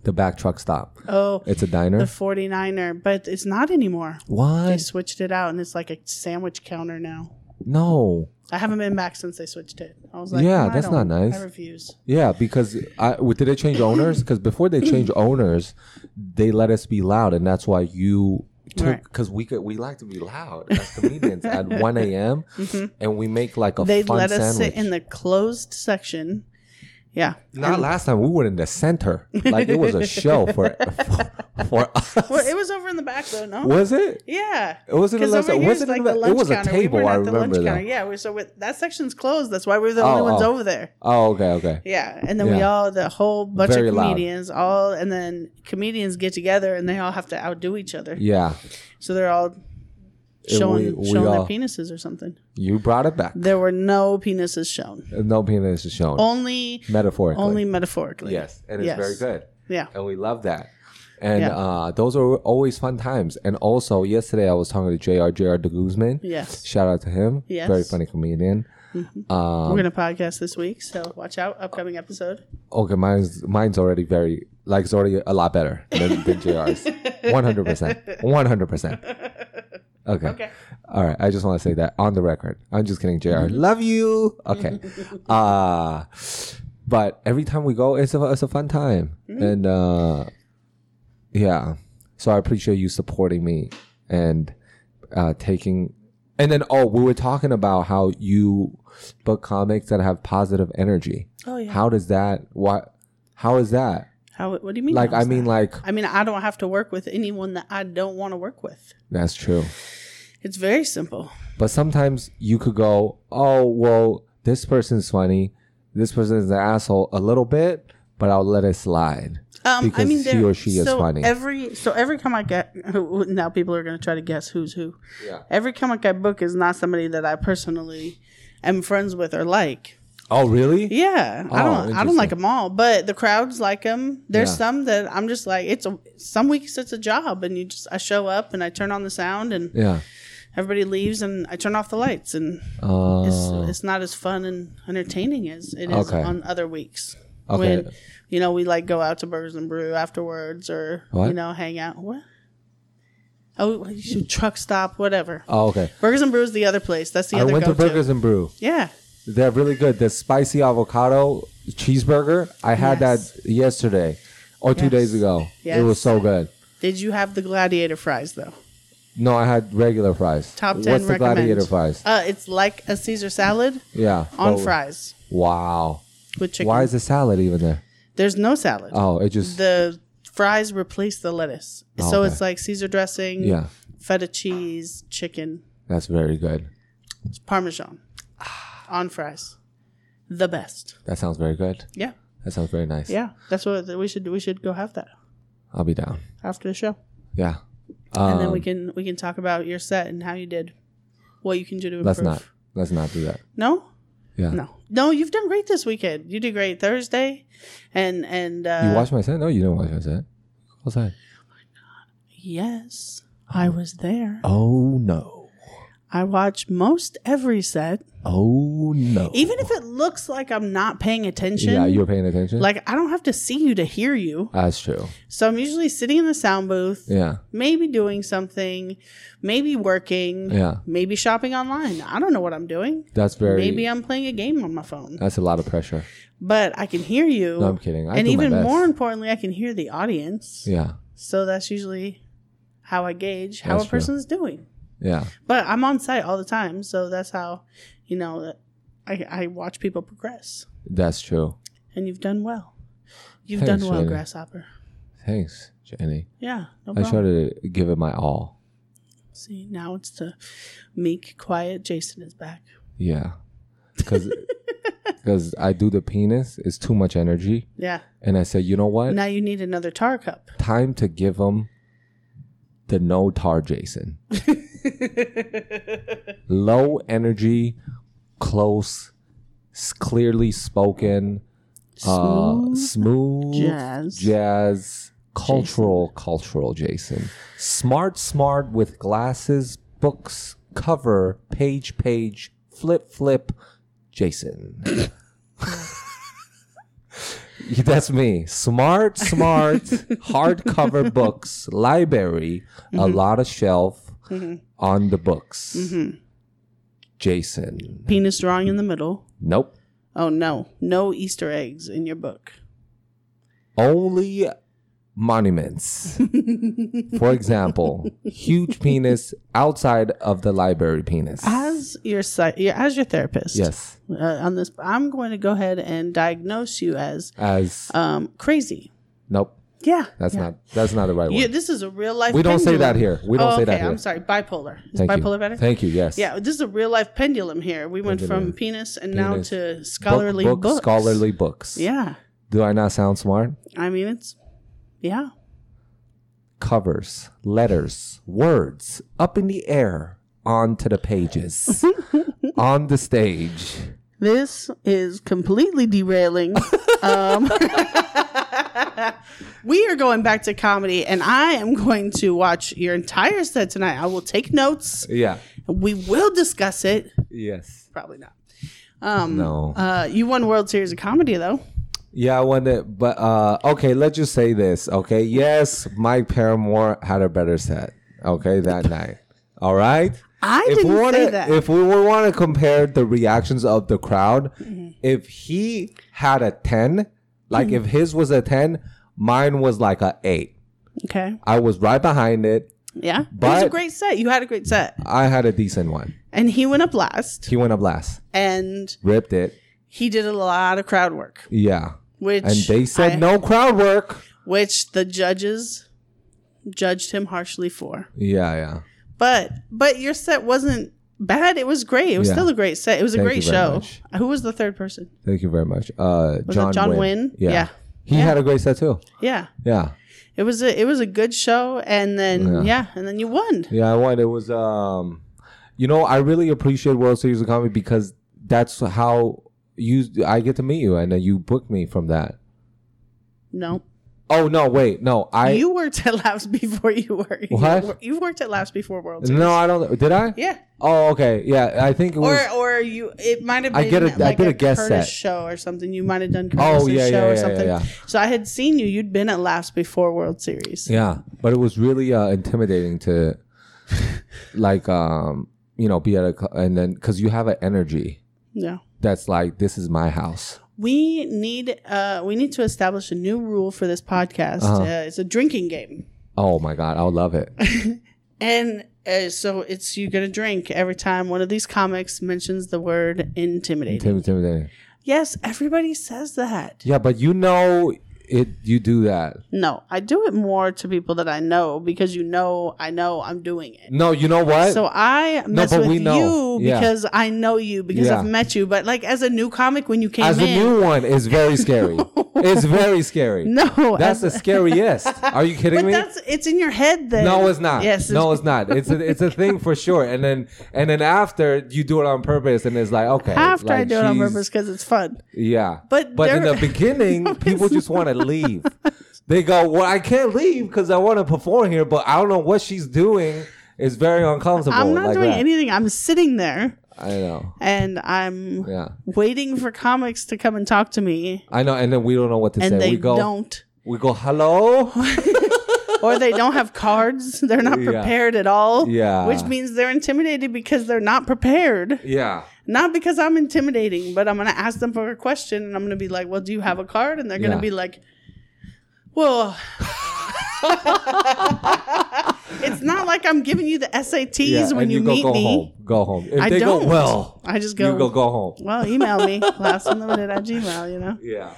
Speaker 3: the back truck stop.
Speaker 2: Oh,
Speaker 3: It's a diner.
Speaker 2: the 49er, but it's not anymore. They
Speaker 3: what?
Speaker 2: switched it out and it's like a sandwich counter now.
Speaker 3: No.
Speaker 2: I haven't been back since they switched it. I was like,
Speaker 3: Yeah,
Speaker 2: "No, I
Speaker 3: that's
Speaker 2: don't.
Speaker 3: not nice."
Speaker 2: I refuse.
Speaker 3: Yeah, because I w- did they change owners? Because before they change owners, they let us be loud, and that's why you took.
Speaker 2: Right.
Speaker 3: Because we could, we like to be loud as comedians at one a.m. and we make like a
Speaker 2: They
Speaker 3: fun
Speaker 2: Mm-hmm. let us sit
Speaker 3: sandwich.
Speaker 2: in the closed section. Yeah.
Speaker 3: Not last time. We were in the center. Like it was a show for for, for us.
Speaker 2: Well, it was over in the back though, no?
Speaker 3: Was it?
Speaker 2: Yeah.
Speaker 3: Was it in
Speaker 2: 'Cause
Speaker 3: the-
Speaker 2: over here
Speaker 3: was
Speaker 2: is
Speaker 3: it in
Speaker 2: like
Speaker 3: the-
Speaker 2: the
Speaker 3: it
Speaker 2: lunch
Speaker 3: was a
Speaker 2: counter.
Speaker 3: table,
Speaker 2: We were
Speaker 3: I
Speaker 2: at the lunch
Speaker 3: remember that.
Speaker 2: counter. Yeah, we're, so we that section's closed. That's why we're the only
Speaker 3: Oh,
Speaker 2: ones
Speaker 3: oh.
Speaker 2: over there.
Speaker 3: Oh, okay, okay.
Speaker 2: Yeah, and then we
Speaker 3: Yeah.
Speaker 2: all the whole bunch
Speaker 3: Very
Speaker 2: of
Speaker 3: loud.
Speaker 2: comedians all, and then comedians get together and they all have to outdo each other.
Speaker 3: Yeah,
Speaker 2: So they're all
Speaker 3: we-
Speaker 2: showing
Speaker 3: we
Speaker 2: showing
Speaker 3: all-
Speaker 2: their penises or something.
Speaker 3: you brought it back.
Speaker 2: There were no penises shown.
Speaker 3: No penis is shown.
Speaker 2: Only
Speaker 3: metaphorically.
Speaker 2: only metaphorically.
Speaker 3: yes, and it's
Speaker 2: Yes.
Speaker 3: very good,
Speaker 2: Yeah.
Speaker 3: and we love that. And
Speaker 2: Yeah.
Speaker 3: uh, those are always fun times. And also, yesterday I was talking to Jr. Jr. De Guzman.
Speaker 2: Yes.
Speaker 3: Shout out to him.
Speaker 2: Yes.
Speaker 3: Very funny comedian. Um,
Speaker 2: We're gonna podcast this week, so watch out. Upcoming episode.
Speaker 3: okay, mine's mine's already very like it's already a lot better than, than Jr's. One hundred percent. One hundred percent. Okay.
Speaker 2: Okay.
Speaker 3: All right. I just want to say that on the record. I'm just kidding, Jr.
Speaker 2: Mm-hmm.
Speaker 3: Love you. Okay. Uh but every time we go, it's a it's a fun time,
Speaker 2: Mm-hmm.
Speaker 3: and uh, yeah. So I appreciate you supporting me and uh, taking. And then oh, we were talking about how you book comics that have positive energy.
Speaker 2: Oh yeah. How,
Speaker 3: How does that? What? How is that?
Speaker 2: What do you mean?
Speaker 3: Like,
Speaker 2: how's
Speaker 3: I mean,
Speaker 2: that?
Speaker 3: like
Speaker 2: I mean, I don't have to work with anyone that I don't want to work with.
Speaker 3: that's true.
Speaker 2: It's very simple.
Speaker 3: But sometimes you could go, oh well, this person's funny, this person is an asshole a little bit, but I'll let it slide.
Speaker 2: Um, I
Speaker 3: Because
Speaker 2: mean,
Speaker 3: he
Speaker 2: there-
Speaker 3: or she is
Speaker 2: so
Speaker 3: funny.
Speaker 2: Every so every comic I now people are gonna try to guess who's who.
Speaker 3: Yeah.
Speaker 2: Every comic I book is not somebody that I personally am friends with or like.
Speaker 3: Oh really?
Speaker 2: Yeah, I don't. I don't
Speaker 3: Oh, interesting.
Speaker 2: like them all, but the crowds like them. There's
Speaker 3: Yeah.
Speaker 2: some that I'm just like it's a. Some weeks it's a job, and you just I show up and I turn on the sound, and
Speaker 3: Yeah.
Speaker 2: everybody leaves, and I turn off the lights, and
Speaker 3: Uh,
Speaker 2: it's it's not as fun and entertaining as it is
Speaker 3: Okay.
Speaker 2: on other weeks.
Speaker 3: Okay.
Speaker 2: When you know we like go out to Burgers and Brew afterwards, or you
Speaker 3: What?
Speaker 2: know hang out. What? Oh, you truck stop, whatever.
Speaker 3: oh okay.
Speaker 2: Burgers and Brew is the other place. That's the
Speaker 3: I
Speaker 2: other
Speaker 3: went to
Speaker 2: go-to.
Speaker 3: Burgers and Brew.
Speaker 2: Yeah.
Speaker 3: They're really good. The spicy avocado cheeseburger. I had
Speaker 2: Yes.
Speaker 3: that yesterday or two
Speaker 2: Yes.
Speaker 3: days ago. It was
Speaker 2: Yes.
Speaker 3: so good.
Speaker 2: Did you have the gladiator fries though?
Speaker 3: No, I had regular fries.
Speaker 2: Top ten.
Speaker 3: What's the
Speaker 2: recommend.
Speaker 3: gladiator fries?
Speaker 2: Uh, it's like a Caesar salad
Speaker 3: yeah.
Speaker 2: on
Speaker 3: but-
Speaker 2: fries
Speaker 3: Wow.
Speaker 2: with chicken.
Speaker 3: Oh. Why is the salad even there?
Speaker 2: There's no salad.
Speaker 3: Oh, it just
Speaker 2: The fries replace the lettuce,
Speaker 3: Oh,
Speaker 2: so
Speaker 3: okay.
Speaker 2: it's like Caesar dressing,
Speaker 3: yeah.
Speaker 2: feta cheese, chicken,
Speaker 3: That's very good.
Speaker 2: it's parmesan
Speaker 3: Ah.
Speaker 2: on fries. The best.
Speaker 3: That sounds very good.
Speaker 2: Yeah,
Speaker 3: That sounds very nice.
Speaker 2: yeah. That's what we should. We should go have that
Speaker 3: I'll be down.
Speaker 2: after the show,
Speaker 3: Yeah.
Speaker 2: and then we
Speaker 3: Um,
Speaker 2: can we can talk about your set and how you did, what you can do to improve.
Speaker 3: Let's not. Let's not do that.
Speaker 2: No,
Speaker 3: Yeah.
Speaker 2: no, no. You've done great this weekend. You did great Thursday, and and uh,
Speaker 3: You watched my set? No, you didn't watch my set. What's that?
Speaker 2: Yes, I was there.
Speaker 3: Oh no.
Speaker 2: I watch most every set,
Speaker 3: Oh no.
Speaker 2: even if it looks like I'm not paying attention.
Speaker 3: yeah, you were paying attention.
Speaker 2: like I don't have to see you to hear you.
Speaker 3: that's true.
Speaker 2: So I'm usually sitting in the sound booth,
Speaker 3: Yeah.
Speaker 2: maybe doing something, maybe working,
Speaker 3: Yeah.
Speaker 2: maybe shopping online. I don't know what I'm doing.
Speaker 3: That's very.
Speaker 2: Maybe I'm playing a game on my phone,
Speaker 3: That's a lot of pressure.
Speaker 2: but I can hear you.
Speaker 3: No, I'm kidding. I
Speaker 2: and
Speaker 3: do my
Speaker 2: even
Speaker 3: best.
Speaker 2: more importantly, I can hear the audience.
Speaker 3: Yeah.
Speaker 2: So that's usually how I gauge how
Speaker 3: That's
Speaker 2: a
Speaker 3: true.
Speaker 2: person's doing.
Speaker 3: Yeah.
Speaker 2: But I'm on site all the time, so that's how you know that I, I watch people progress.
Speaker 3: That's true.
Speaker 2: And you've done well. You've
Speaker 3: Thanks,
Speaker 2: done well,
Speaker 3: Shayla.
Speaker 2: grasshopper.
Speaker 3: Thanks, Jenny.
Speaker 2: Yeah, no
Speaker 3: I tried
Speaker 2: problem.
Speaker 3: to give it my all.
Speaker 2: See, now it's the meek, quiet Jason is back.
Speaker 3: Yeah. Because because I do the penis. It's too much energy,
Speaker 2: Yeah.
Speaker 3: and I said, you know what?
Speaker 2: Now you need another tar cup.
Speaker 3: Time to give him the no tar Jason. Low energy, close, s- clearly spoken, uh,
Speaker 2: Smooth
Speaker 3: smooth
Speaker 2: jazz.
Speaker 3: jazz, cultural, cultural Jason. Smart, smart with glasses, books, cover, page, page, flip, flip, Jason. That's me. Smart, smart, hardcover books, library, a
Speaker 2: Mm-hmm.
Speaker 3: lot of shelf on the books.
Speaker 2: Mm-hmm.
Speaker 3: Jason.
Speaker 2: Penis drawing in the middle.
Speaker 3: Nope.
Speaker 2: Oh no, no Easter eggs in your book.
Speaker 3: only monuments. For example, huge penis outside of the library penis.
Speaker 2: As your site, yeah, as your therapist.
Speaker 3: yes,
Speaker 2: Uh, on this, I'm going to go ahead and diagnose you as
Speaker 3: as
Speaker 2: um, crazy.
Speaker 3: nope.
Speaker 2: Yeah,
Speaker 3: That's
Speaker 2: yeah.
Speaker 3: not that's not the right
Speaker 2: Yeah,
Speaker 3: word.
Speaker 2: this is a real life.
Speaker 3: We don't say
Speaker 2: pendulum.
Speaker 3: that here. We don't
Speaker 2: Oh,
Speaker 3: say that
Speaker 2: okay,
Speaker 3: here.
Speaker 2: I'm sorry. Bipolar. Is
Speaker 3: Thank
Speaker 2: bipolar
Speaker 3: you.
Speaker 2: better?
Speaker 3: Thank you. Yes.
Speaker 2: yeah, this is a real life pendulum here. We went
Speaker 3: Pendulum.
Speaker 2: from penis and
Speaker 3: Penis.
Speaker 2: now to
Speaker 3: Book-
Speaker 2: scholarly
Speaker 3: book-
Speaker 2: books.
Speaker 3: Scholarly books.
Speaker 2: Yeah,
Speaker 3: Do I not sound smart?
Speaker 2: I mean it's yeah.
Speaker 3: Covers, letters, words up in the air, onto the pages, on the stage.
Speaker 2: This is completely derailing. um, we are going back to comedy, and I am going to watch your entire set tonight. I will take notes.
Speaker 3: Yeah.
Speaker 2: We will discuss it.
Speaker 3: Yes.
Speaker 2: Probably not. Um,
Speaker 3: No.
Speaker 2: Uh, you won World Series of Comedy, though.
Speaker 3: Yeah, I wonder, but uh, okay, let's just say this. Okay, yes, Mike Paramore had a better set. Okay, that night. All right.
Speaker 2: I
Speaker 3: If we
Speaker 2: didn't
Speaker 3: want
Speaker 2: say
Speaker 3: to,
Speaker 2: that.
Speaker 3: if we want to compare the reactions of the crowd,
Speaker 2: Mm-hmm.
Speaker 3: if he had a ten, like if
Speaker 2: Mm-hmm.
Speaker 3: his was a ten, mine was like a eight.
Speaker 2: okay.
Speaker 3: I was right behind it.
Speaker 2: Yeah. it was a
Speaker 3: But-
Speaker 2: great set. You had a great set.
Speaker 3: I had a decent one.
Speaker 2: And he went up last
Speaker 3: He went up last,
Speaker 2: and
Speaker 3: ripped it.
Speaker 2: he did a lot of crowd work,
Speaker 3: Yeah,
Speaker 2: which
Speaker 3: and they said
Speaker 2: I-
Speaker 3: no crowd work.
Speaker 2: which the judges judged him harshly for.
Speaker 3: Yeah, yeah.
Speaker 2: But but your set wasn't bad. It was great. It was
Speaker 3: Yeah.
Speaker 2: still a great set. It was
Speaker 3: Thank
Speaker 2: a great
Speaker 3: you very
Speaker 2: show.
Speaker 3: much.
Speaker 2: Who was the third person?
Speaker 3: Thank you very much. Uh,
Speaker 2: Was
Speaker 3: John,
Speaker 2: it John
Speaker 3: Wynn.
Speaker 2: Wynn?
Speaker 3: Yeah.
Speaker 2: Yeah.
Speaker 3: He
Speaker 2: Yeah.
Speaker 3: had a great set too.
Speaker 2: Yeah.
Speaker 3: Yeah.
Speaker 2: It was a it was a good show and then
Speaker 3: Yeah.
Speaker 2: yeah, and then you won.
Speaker 3: Yeah, I won. It was um you know, I really appreciate World Series of Comedy because that's how you I get to meet you and then you book me from that.
Speaker 2: No.
Speaker 3: Oh no, wait, no, I
Speaker 2: you worked at Labs before you were you,
Speaker 3: What?
Speaker 2: wor- you worked at Labs before World Series.
Speaker 3: no, I don't did I?
Speaker 2: Yeah.
Speaker 3: Oh, okay. Yeah, I think it was
Speaker 2: Or or you it might have been
Speaker 3: I get a- I
Speaker 2: like
Speaker 3: did
Speaker 2: a,
Speaker 3: a guest
Speaker 2: Curtis
Speaker 3: set.
Speaker 2: show or something. You might have done Curtis's
Speaker 3: Oh yeah, yeah,
Speaker 2: show
Speaker 3: yeah,
Speaker 2: or
Speaker 3: yeah, yeah,
Speaker 2: something.
Speaker 3: yeah.
Speaker 2: So I had seen you. You'd been at Laughs before World Series.
Speaker 3: Yeah, but it was really uh, intimidating to like um you know, be at a co- and then cuz you have an energy
Speaker 2: Yeah.
Speaker 3: that's like this is my house.
Speaker 2: We need uh we need to establish a new rule for this podcast. uh
Speaker 3: Uh-huh.
Speaker 2: it's a drinking game.
Speaker 3: Oh my god, I would love it.
Speaker 2: And Uh, so it's you're gonna drink every time one of these comics mentions the word intimidating.
Speaker 3: Tim, Tim, Tim.
Speaker 2: yes, everybody says that.
Speaker 3: Yeah, but you know it. You do that.
Speaker 2: No, I do it more to people that I know because you know I know I'm doing it.
Speaker 3: No, you know what?
Speaker 2: So I mess
Speaker 3: but we
Speaker 2: with
Speaker 3: know.
Speaker 2: you
Speaker 3: Yeah.
Speaker 2: because I know you because
Speaker 3: Yeah.
Speaker 2: I've met you. But like as a new comic, when you came
Speaker 3: As a
Speaker 2: in,
Speaker 3: new one, it's very scary. it's very scary.
Speaker 2: no, as-
Speaker 3: that's the scariest. Are you kidding
Speaker 2: but
Speaker 3: me?
Speaker 2: that's it's in your head. Then
Speaker 3: No, it's not.
Speaker 2: Yes,
Speaker 3: no, it's not. It's a, it's a thing for sure. And then and then after you do it on purpose, and it's like okay.
Speaker 2: after I
Speaker 3: like,
Speaker 2: do it on
Speaker 3: she's-
Speaker 2: purpose because it's fun.
Speaker 3: Yeah,
Speaker 2: But
Speaker 3: but in the
Speaker 2: there-
Speaker 3: beginning, people just want to leave. They go, well, I can't leave because I want to perform here, but I don't know what she's doing. It's very uncomfortable.
Speaker 2: I'm not
Speaker 3: like
Speaker 2: doing
Speaker 3: that.
Speaker 2: anything. I'm sitting there
Speaker 3: I know.
Speaker 2: and I'm
Speaker 3: Yeah,
Speaker 2: waiting for comics to come and talk to me,
Speaker 3: I know. And then we don't know what to
Speaker 2: and
Speaker 3: say.
Speaker 2: they
Speaker 3: we go.
Speaker 2: don't.
Speaker 3: We go. Hello.
Speaker 2: or they don't have cards. They're not
Speaker 3: Yeah.
Speaker 2: prepared at all.
Speaker 3: Yeah.
Speaker 2: Which means they're intimidated because they're not prepared.
Speaker 3: yeah.
Speaker 2: Not because I'm intimidating, but I'm going to ask them for a question and I'm going to be like, well, do you have a card? And they're going to
Speaker 3: Yeah.
Speaker 2: be like, well, it's not like I'm giving you the SATs
Speaker 3: Yeah,
Speaker 2: when
Speaker 3: and
Speaker 2: you,
Speaker 3: go,
Speaker 2: meet
Speaker 3: go
Speaker 2: me.
Speaker 3: home. Go home. If
Speaker 2: I
Speaker 3: they
Speaker 2: don't.
Speaker 3: go well,
Speaker 2: I just go,
Speaker 3: you go go home.
Speaker 2: well, email me, lastunlimited at Gmail, you know?
Speaker 3: Yeah.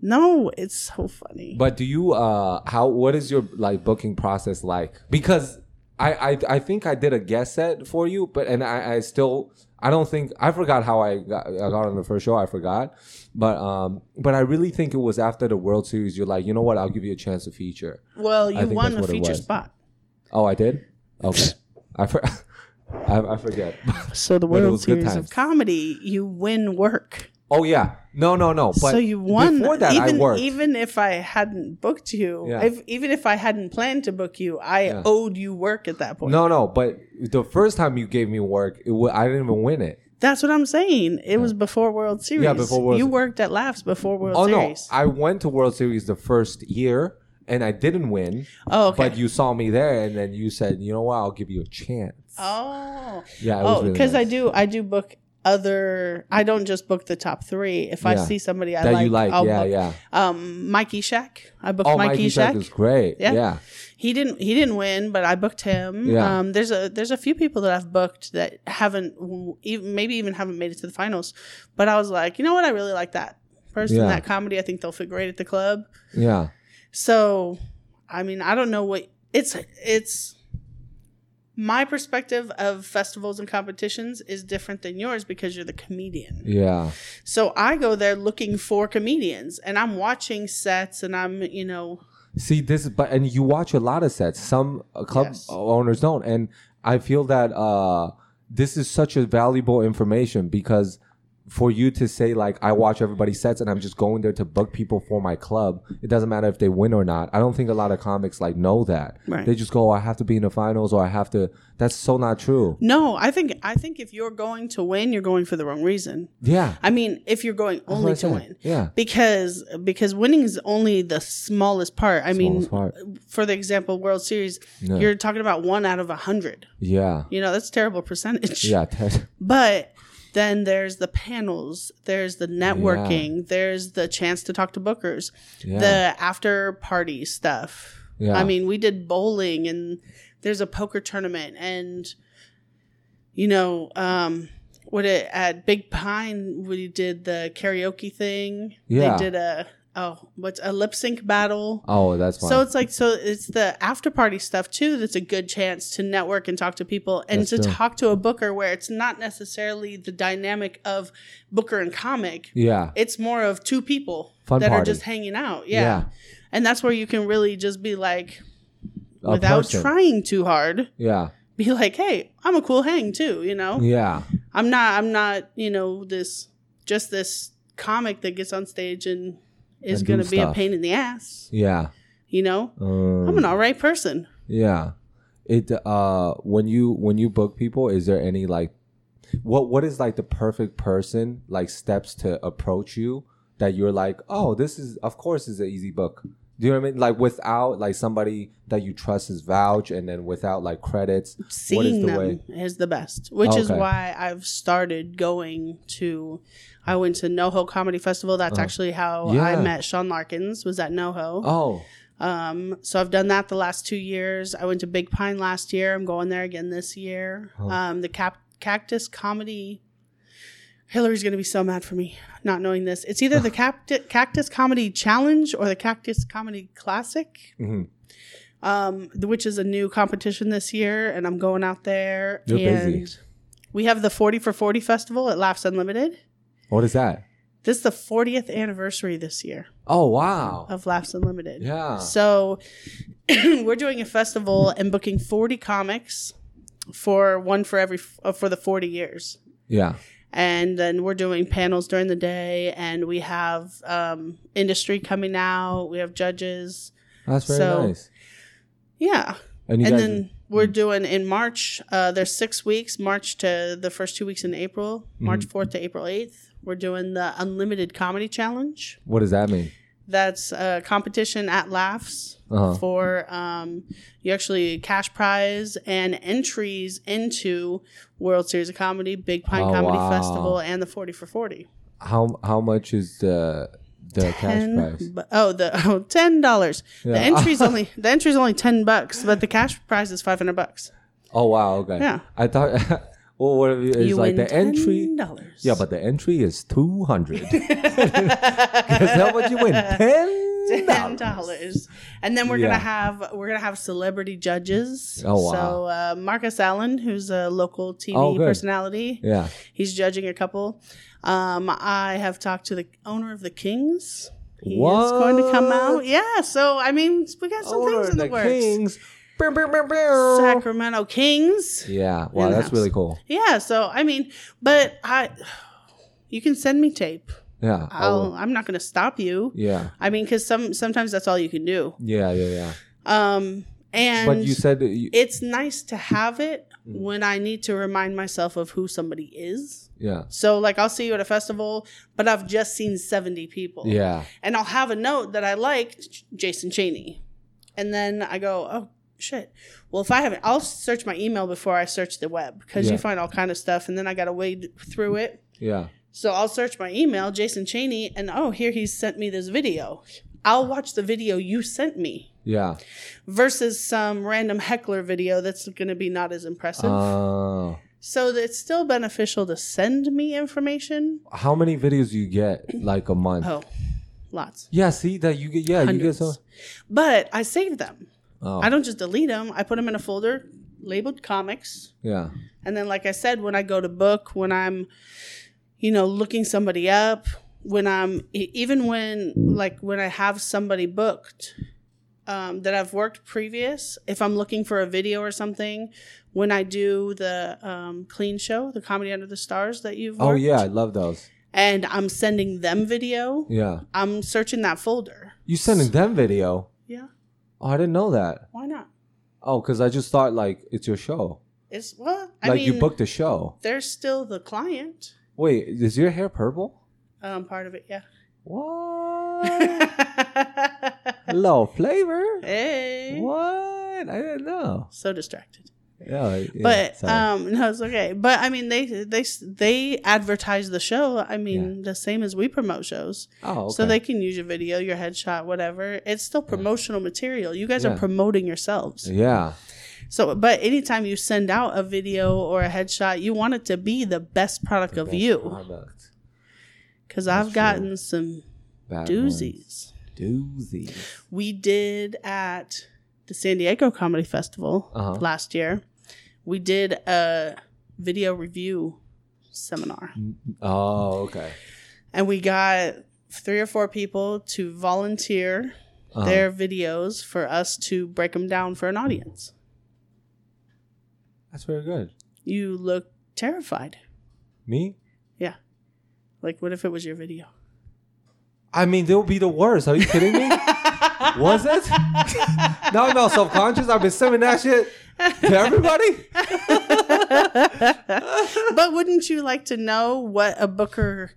Speaker 2: No, it's so funny.
Speaker 3: But do you uh how what is your like booking process like? Because I I, I think I did a guest set for you, but and I, I still I don't think I forgot how I got, I got on the first show. I forgot, but um but I really think it was after the World Series. You're like, you know what? I'll give you a chance to feature.
Speaker 2: well,
Speaker 3: I
Speaker 2: you
Speaker 3: think
Speaker 2: won
Speaker 3: that's
Speaker 2: the
Speaker 3: what it
Speaker 2: feature
Speaker 3: was.
Speaker 2: spot.
Speaker 3: Oh, I did. Okay, I for, I, I forget.
Speaker 2: So the
Speaker 3: But it
Speaker 2: World
Speaker 3: was good
Speaker 2: Series of
Speaker 3: times.
Speaker 2: Comedy, you win work.
Speaker 3: oh yeah, no no no. But
Speaker 2: so you won.
Speaker 3: before that.
Speaker 2: even
Speaker 3: I worked.
Speaker 2: even if I hadn't booked you,
Speaker 3: Yeah.
Speaker 2: if, even if I hadn't planned to book you, I
Speaker 3: Yeah.
Speaker 2: owed you work at that point.
Speaker 3: no no, but the first time you gave me work, it wa- I didn't even win it.
Speaker 2: That's what I'm saying. It was before World Series.
Speaker 3: before World
Speaker 2: you
Speaker 3: Se-
Speaker 2: worked at Laughs before World
Speaker 3: Oh
Speaker 2: Series.
Speaker 3: no, I went to World Series the first year and I didn't win.
Speaker 2: oh, okay.
Speaker 3: But you saw me there, and then you said, "You know what? I'll give you a chance."
Speaker 2: oh,
Speaker 3: Yeah, it was
Speaker 2: oh,
Speaker 3: really
Speaker 2: because
Speaker 3: nice.
Speaker 2: I do. I do book other. I don't just book the top three. If I
Speaker 3: Yeah.
Speaker 2: see somebody I
Speaker 3: That
Speaker 2: like,
Speaker 3: you like,
Speaker 2: I'll
Speaker 3: yeah,
Speaker 2: book.
Speaker 3: yeah.
Speaker 2: Um, Mikey Shack. I booked
Speaker 3: Oh,
Speaker 2: Mikey,
Speaker 3: Mikey Shack
Speaker 2: Shack.
Speaker 3: is great. Yeah,
Speaker 2: Yeah. he didn't he didn't win, but I booked him.
Speaker 3: Yeah.
Speaker 2: Um, there's a there's a few people that I've booked that haven't w- even, maybe even haven't made it to the finals, but I was like, you know what, I really like that person
Speaker 3: Yeah.
Speaker 2: that comedy. I think they'll fit great at the club.
Speaker 3: yeah.
Speaker 2: So, I mean, I don't know what it's it's my perspective of festivals and competitions is different than yours because you're the comedian.
Speaker 3: yeah.
Speaker 2: So I go there looking for comedians and I'm watching sets and I'm, you know,
Speaker 3: See this, but and you watch a lot of sets. Some uh, club
Speaker 2: Yes.
Speaker 3: owners don't, and I feel that uh, this is such a valuable information because for you to say like I watch everybody's sets and I'm just going there to book people for my club. It doesn't matter if they win or not. I don't think a lot of comics like know that.
Speaker 2: Right.
Speaker 3: They just go, "Oh, I have to be in the finals or I have to. That's so not true.
Speaker 2: No, I think I think if you're going to win, you're going for the wrong reason.
Speaker 3: Yeah.
Speaker 2: I mean, if you're going
Speaker 3: That's what
Speaker 2: only
Speaker 3: I
Speaker 2: to
Speaker 3: said.
Speaker 2: win.
Speaker 3: Yeah.
Speaker 2: Because because winning is only the smallest part. I mean, uh,
Speaker 3: Smallest part.
Speaker 2: for the example, World Series,
Speaker 3: Yeah.
Speaker 2: you're talking about one out of a hundred.
Speaker 3: Yeah.
Speaker 2: You know, that's a terrible percentage.
Speaker 3: Yeah. Ted.
Speaker 2: But then there's the panels, there's the networking, there's the chance to talk to bookers,
Speaker 3: Yeah.
Speaker 2: the after party stuff.
Speaker 3: Yeah.
Speaker 2: I mean, we did bowling and there's a poker tournament and you know, um what it at Big Pine we did the karaoke thing.
Speaker 3: Yeah.
Speaker 2: They did a oh, what's a lip sync battle.
Speaker 3: oh, that's fine.
Speaker 2: So it's like so it's the after party stuff too that's a good chance to network and talk to people and
Speaker 3: That's
Speaker 2: to
Speaker 3: true.
Speaker 2: talk to a booker where it's not necessarily the dynamic of booker and comic.
Speaker 3: yeah.
Speaker 2: It's more of two people
Speaker 3: Fun
Speaker 2: that are
Speaker 3: party.
Speaker 2: just hanging out. Yeah. And that's where you can really just be like
Speaker 3: A
Speaker 2: without
Speaker 3: person.
Speaker 2: trying too hard,
Speaker 3: Yeah.
Speaker 2: be like, "Hey, I'm a cool hang too, you know?
Speaker 3: Yeah.
Speaker 2: I'm not I'm not, you know, this just this comic that gets on stage and is
Speaker 3: And do
Speaker 2: going to be a
Speaker 3: stuff.
Speaker 2: pain in the ass,
Speaker 3: Yeah.
Speaker 2: you know?
Speaker 3: Um,
Speaker 2: I'm an all right person.
Speaker 3: Yeah. It uh when you when you book people, is there any like what what is like the perfect person like steps to approach you that you're like, oh, this is of course is an easy book. Do you know what I mean? Like without like somebody that you trust is vouch and then without like credits. what is
Speaker 2: seeing
Speaker 3: the
Speaker 2: them
Speaker 3: way?
Speaker 2: is the best, which is
Speaker 3: Okay.
Speaker 2: why I've started going to. I went to NoHo Comedy Festival. That's actually how
Speaker 3: Uh-huh. Yeah.
Speaker 2: I met Sean Larkins. Was at NoHo.
Speaker 3: Oh.
Speaker 2: Um, so I've done that the last two years. I went to Big Pine last year. I'm going there again this year. Um, the Cap- Cactus Comedy. Hillary's going to be so mad for me not knowing this. It's either the Capt- Cactus Comedy Challenge or the Cactus Comedy Classic,
Speaker 3: Mhm.
Speaker 2: um, th- which is a new competition this year. And I'm going out there.
Speaker 3: You're
Speaker 2: and
Speaker 3: busy.
Speaker 2: We have the 40 for 40 festival at Laughs Unlimited.
Speaker 3: What is that?
Speaker 2: This is the 40th anniversary this year
Speaker 3: Oh wow.
Speaker 2: of Laughs Unlimited.
Speaker 3: Yeah.
Speaker 2: Um, So we're doing a festival and booking 40 comics for one for every uh, for the 40 years.
Speaker 3: Yeah.
Speaker 2: And then we're doing panels during the day and we have um, industry coming out, we have judges.
Speaker 3: That's very
Speaker 2: So-
Speaker 3: nice.
Speaker 2: Yeah.
Speaker 3: And you
Speaker 2: and
Speaker 3: guys Mm-hmm.
Speaker 2: then we're doing in March, uh, there's 6 weeks, March to the first 2 weeks in April, March
Speaker 3: Mm-hmm.
Speaker 2: 4th to April 8th. We're doing the Unlimited Comedy Challenge.
Speaker 3: what does that mean?
Speaker 2: that's a competition at laughs
Speaker 3: Uh-huh.
Speaker 2: for um, you actually cash prize and entries into world series of comedy big pine
Speaker 3: Oh,
Speaker 2: comedy
Speaker 3: wow.
Speaker 2: festival and the 40 for 40
Speaker 3: How how much is the the cash prize?
Speaker 2: bu- oh the oh, ten dollars the
Speaker 3: Yeah.
Speaker 2: entry's only the entry's only 10 bucks but the cash prize is 500 bucks
Speaker 3: Oh wow, okay.
Speaker 2: Yeah.
Speaker 3: I thought well what if it's like the entry
Speaker 2: dollars
Speaker 3: Yeah, but the entry is two hundred. Guess how much you win? Ten
Speaker 2: ten dollars. And then we're
Speaker 3: Yeah.
Speaker 2: gonna have we're gonna have celebrity judges.
Speaker 3: Oh, wow.
Speaker 2: So uh, Marcus Allen, who's a local TV
Speaker 3: Oh, good.
Speaker 2: personality,
Speaker 3: Yeah.
Speaker 2: he's judging a couple. Um, I have talked to the owner of the Kings. He is going to come out.
Speaker 3: What?
Speaker 2: Yeah. So I mean, we got some
Speaker 3: Owner
Speaker 2: things in the,
Speaker 3: the
Speaker 2: works.
Speaker 3: Kings. Bow, bow, bow, bow.
Speaker 2: Sacramento Kings.
Speaker 3: Yeah.
Speaker 2: In
Speaker 3: Wow,
Speaker 2: the
Speaker 3: that's
Speaker 2: house.
Speaker 3: really cool.
Speaker 2: Yeah. So I mean, but I, you can send me tape.
Speaker 3: Yeah.
Speaker 2: I'll,
Speaker 3: Oh,
Speaker 2: I'm not going to stop you.
Speaker 3: yeah.
Speaker 2: I mean, because some sometimes that's all you can do.
Speaker 3: Yeah, yeah, yeah.
Speaker 2: Um, and
Speaker 3: But you said that you,
Speaker 2: it's nice to have it when I need to remind myself of who somebody is.
Speaker 3: yeah.
Speaker 2: So, like, I'll see you at a festival, but I've just seen 70 people.
Speaker 3: Yeah.
Speaker 2: And I'll have a note that I liked J- Jason Cheney. And then I go, oh, shit. Well, if I haven't, I'll search my email before I search the web because
Speaker 3: Yeah.
Speaker 2: you find all kind of stuff. And then I got to wade through it.
Speaker 3: Yeah.
Speaker 2: So I'll search my email, Jason Cheney, and oh, here he sent me this video. I'll watch the video you sent me
Speaker 3: Yeah.
Speaker 2: versus some random heckler video that's going to be not as impressive.
Speaker 3: Uh,
Speaker 2: so that it's still beneficial to send me information.
Speaker 3: Uh, how many videos do you get like a month?
Speaker 2: Oh, lots.
Speaker 3: Yeah, see that you get yeah, you get
Speaker 2: Hundreds.
Speaker 3: some
Speaker 2: But I save them.
Speaker 3: Oh.
Speaker 2: I don't just delete them. I put them in a folder labeled comics.
Speaker 3: yeah.
Speaker 2: And then like I said when I go to book, when I'm you know looking somebody up, when I'm e- even when like when I have somebody booked um, that I've worked previous, if I'm looking for a video or something, when I do the um, clean show, the comedy under the stars that you've worked,
Speaker 3: Oh yeah, I love those.
Speaker 2: and I'm sending them video,
Speaker 3: Yeah.
Speaker 2: I'm searching that folder.
Speaker 3: You sending them video?
Speaker 2: Yeah,
Speaker 3: Oh, I didn't know that.
Speaker 2: why not?
Speaker 3: Oh, because I just thought like it's your show.
Speaker 2: It's well, I
Speaker 3: Like
Speaker 2: mean,
Speaker 3: you booked a show.
Speaker 2: they're still the client.
Speaker 3: Wait, is your hair purple?
Speaker 2: Um, part of it, yeah.
Speaker 3: What? Low flavor?
Speaker 2: hey,
Speaker 3: What? I didn't know.
Speaker 2: so distracted.
Speaker 3: Yeah, yeah,
Speaker 2: but
Speaker 3: sorry.
Speaker 2: um, no, it's okay. But I mean, they they they advertise the show. I mean, the same as we promote shows,
Speaker 3: oh, okay.
Speaker 2: so they can use your video, your headshot, whatever. It's still promotional material. You guys are
Speaker 3: Yeah.
Speaker 2: promoting yourselves.
Speaker 3: yeah,
Speaker 2: So, but anytime you send out a video or a headshot, you want it to be the best product of you.
Speaker 3: Product.
Speaker 2: Because I've gotten some
Speaker 3: Bad ones.
Speaker 2: doozies.
Speaker 3: Doozies.
Speaker 2: We did at the San Diego Comedy Festival
Speaker 3: Uh-huh.
Speaker 2: last year. We did a video review seminar,
Speaker 3: Oh, okay.
Speaker 2: and we got three or four people to volunteer
Speaker 3: Uh-huh.
Speaker 2: their videos for us to break them down for an audience.
Speaker 3: That's very good.
Speaker 2: You look terrified.
Speaker 3: Me?
Speaker 2: Yeah. Like, what if it was your video?
Speaker 3: I mean, they'll be the worst. Are you kidding me? Was it? now I'm all subconscious. I've been sending that shit to everybody.
Speaker 2: But wouldn't you like to know what a booker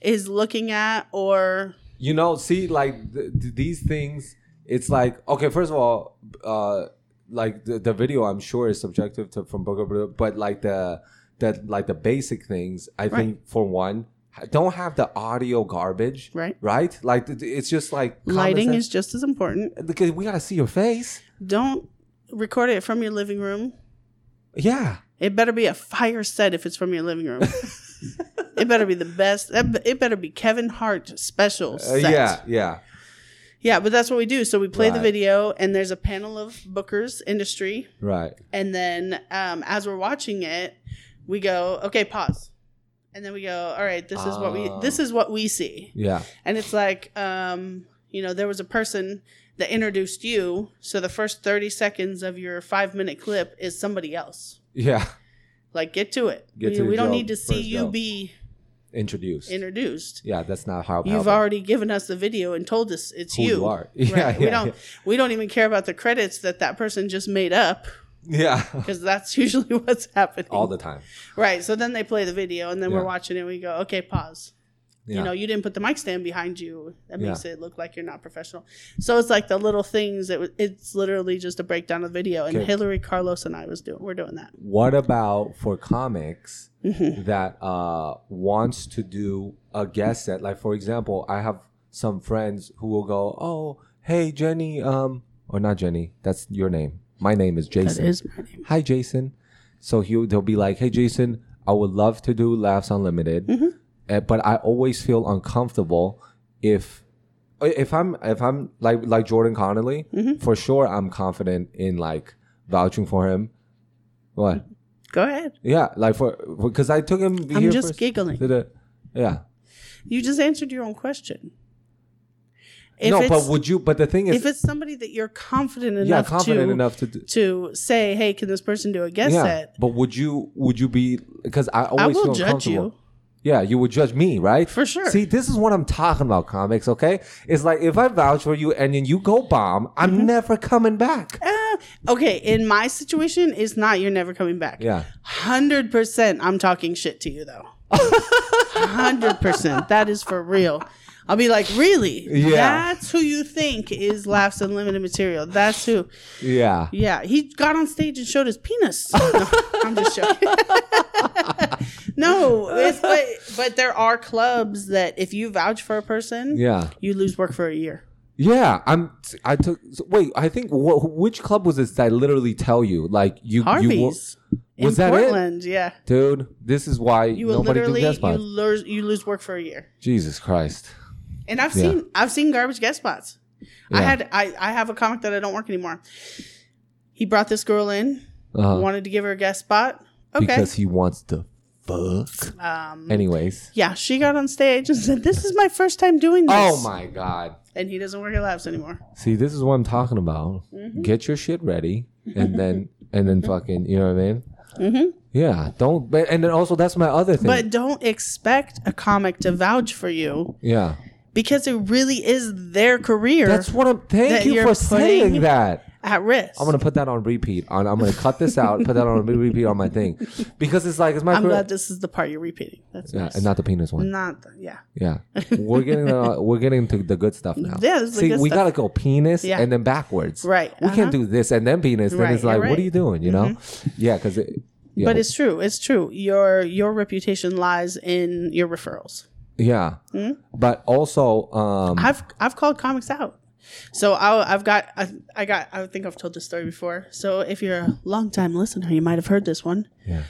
Speaker 2: is looking at or
Speaker 3: You know, see, like th- th- these things, it's like okay. First of all, uh, like the, the video, I'm sure is subjective to from Booker, Blue, but like the that like the basic things. I think for one, don't have the audio garbage,
Speaker 2: Right.
Speaker 3: Right, like th- th- it's just like common
Speaker 2: Lighting
Speaker 3: sense.
Speaker 2: is just as important.
Speaker 3: because we gotta see your face.
Speaker 2: Don't record it from your living room.
Speaker 3: Yeah,
Speaker 2: It better be a fire set if it's from your living room. it better be the best. that be- It better be Kevin Hart special
Speaker 3: Uh,
Speaker 2: set.
Speaker 3: yeah, yeah.
Speaker 2: Yeah, but that's what we do. So we play the
Speaker 3: Right.
Speaker 2: video, and there's a panel of Booker's industry.
Speaker 3: Right.
Speaker 2: And then um, as we're watching it, we go, okay, pause. And then we go, all right, this is what we
Speaker 3: Ah.
Speaker 2: this is what we see.
Speaker 3: Yeah.
Speaker 2: And it's like, um, you know, there was a person that introduced you, so the first 30 seconds of your 5-minute clip is somebody else.
Speaker 3: Yeah.
Speaker 2: Like get to it.
Speaker 3: Get
Speaker 2: we
Speaker 3: to the
Speaker 2: we don't
Speaker 3: job
Speaker 2: need to see
Speaker 3: first,
Speaker 2: you
Speaker 3: though.
Speaker 2: be
Speaker 3: Introduced.
Speaker 2: introduced.
Speaker 3: yeah, that's not how.
Speaker 2: You've
Speaker 3: how-
Speaker 2: already given us the video and told us it's
Speaker 3: Who
Speaker 2: you.
Speaker 3: you are.
Speaker 2: Right?
Speaker 3: Yeah,
Speaker 2: we
Speaker 3: yeah,
Speaker 2: don't
Speaker 3: yeah.
Speaker 2: we don't even care about the credits that that person just made up
Speaker 3: Yeah.
Speaker 2: because that's usually what's happening.
Speaker 3: All the time.
Speaker 2: Right. So then they play the video, and then
Speaker 3: Yeah.
Speaker 2: we're watching it. and We go, okay, pause.
Speaker 3: Yeah.
Speaker 2: You know, you didn't put the mic stand behind you. That
Speaker 3: Yeah.
Speaker 2: makes it look like you're not professional. So it's like the little things. It, w- it's literally just a breakdown of the video. And
Speaker 3: Okay.
Speaker 2: Hillary Carlos and I was doing. We're doing that.
Speaker 3: What about for comics
Speaker 2: Mm-hmm.
Speaker 3: that uh, wants to do a guest set? Like, for example, I have some friends who will go, "Oh, hey Jenny," um, or not Jenny. That's your name. My name is Jason.
Speaker 2: my name.
Speaker 3: Hi, Jason. So he they'll be like, "Hey, Jason, I would love to do Laughs Unlimited,
Speaker 2: Mm-hmm.
Speaker 3: eh, but I always feel uncomfortable if." If I'm if I'm like like Jordan Connolly,
Speaker 2: Mm-hmm.
Speaker 3: for sure I'm confident in like vouching for him. What?
Speaker 2: Go ahead.
Speaker 3: Yeah, like for because I took him.
Speaker 2: I'm
Speaker 3: here
Speaker 2: just
Speaker 3: first
Speaker 2: giggling.
Speaker 3: to the- yeah.
Speaker 2: You just answered your own question. If
Speaker 3: no,
Speaker 2: it's,
Speaker 3: but would you? But the thing is,
Speaker 2: if it's somebody that you're confident enough,
Speaker 3: yeah, confident
Speaker 2: to,
Speaker 3: enough to do.
Speaker 2: to say, hey, can this person do a guest
Speaker 3: Yeah,
Speaker 2: set?
Speaker 3: but would you? Would you be? Because I always
Speaker 2: I will
Speaker 3: feel
Speaker 2: judge
Speaker 3: uncomfortable.
Speaker 2: you.
Speaker 3: Yeah, you would judge me, right?
Speaker 2: For sure.
Speaker 3: See, this is what I'm talking about, comics. Okay, it's like if I vouch for you and then you go bomb, I'm
Speaker 2: Mm-hmm.
Speaker 3: never coming back.
Speaker 2: Ah, okay, in my situation, it's not you're never coming back.
Speaker 3: Yeah.
Speaker 2: Hundred percent I'm talking shit to you though. Hundred percent. That is for real. I'll be like, really?
Speaker 3: Yeah.
Speaker 2: That's who you think is Laughs Unlimited material. That's who.
Speaker 3: Yeah.
Speaker 2: Yeah. He got on stage and showed his penis. No, I'm just joking. no, it's, but, but there are clubs that if you vouch for a person,
Speaker 3: Yeah.
Speaker 2: you lose work for a year.
Speaker 3: Yeah. I'm. I took. so- Wait. I think. Wh- which club was this? That I literally tell you, like you. You, wo-
Speaker 2: Harvey's. in
Speaker 3: Was that it?
Speaker 2: Portland, yeah.
Speaker 3: dude, this is why
Speaker 2: You will
Speaker 3: nobody
Speaker 2: literally
Speaker 3: do guest
Speaker 2: you
Speaker 3: spots.
Speaker 2: lose you lose work for a year.
Speaker 3: Jesus Christ.
Speaker 2: And I've
Speaker 3: Yeah.
Speaker 2: seen I've seen garbage guest spots. I
Speaker 3: Yeah.
Speaker 2: had I, I have a comic that I don't work anymore. He brought this girl in,
Speaker 3: Uh-huh.
Speaker 2: wanted to give her a guest spot. Okay.
Speaker 3: Because he wants to fuck.
Speaker 2: um
Speaker 3: Anyways.
Speaker 2: yeah, she got on stage and said, "This is my first time doing this."
Speaker 3: Oh my God.
Speaker 2: And he doesn't work at labs anymore.
Speaker 3: See, this is what I'm talking about.
Speaker 2: Mm-hmm.
Speaker 3: Get your shit ready, and then and then fucking, you know what I mean? Yeah. Don't. But, and then also, that's my other thing.
Speaker 2: Mm-hmm. But don't expect a comic to vouch for you
Speaker 3: yeah.
Speaker 2: because it really is their career
Speaker 3: That's what I'm. Thank
Speaker 2: that
Speaker 3: you
Speaker 2: you're
Speaker 3: for saying
Speaker 2: putting-
Speaker 3: that.
Speaker 2: at risk.
Speaker 3: I'm gonna put that on repeat. On I'm gonna cut this out. put that on re- repeat on my thing, because it's like it's my.
Speaker 2: I'm
Speaker 3: career-
Speaker 2: glad this is the part you're repeating. That's
Speaker 3: yeah,
Speaker 2: nice.
Speaker 3: and not the penis one.
Speaker 2: not the, yeah.
Speaker 3: Yeah, we're getting uh, we're getting to the good stuff now.
Speaker 2: Yeah, this is the
Speaker 3: See,
Speaker 2: good
Speaker 3: we
Speaker 2: stuff.
Speaker 3: gotta go penis
Speaker 2: Yeah.
Speaker 3: and then backwards.
Speaker 2: Right,
Speaker 3: We
Speaker 2: uh-huh.
Speaker 3: can't do this and then penis. Then
Speaker 2: Right,
Speaker 3: it's like,
Speaker 2: you're
Speaker 3: what
Speaker 2: right.
Speaker 3: are
Speaker 2: Mm-hmm.
Speaker 3: you doing? You know? Yeah, because it. Yeah,
Speaker 2: But it's true. It's true. Your your reputation lies in your referrals.
Speaker 3: yeah. But also, um,
Speaker 2: I've I've called comics out. So I, I've got I, I got I think I've told this story before. So if you're a longtime listener, you might have heard this one.
Speaker 3: Yeah.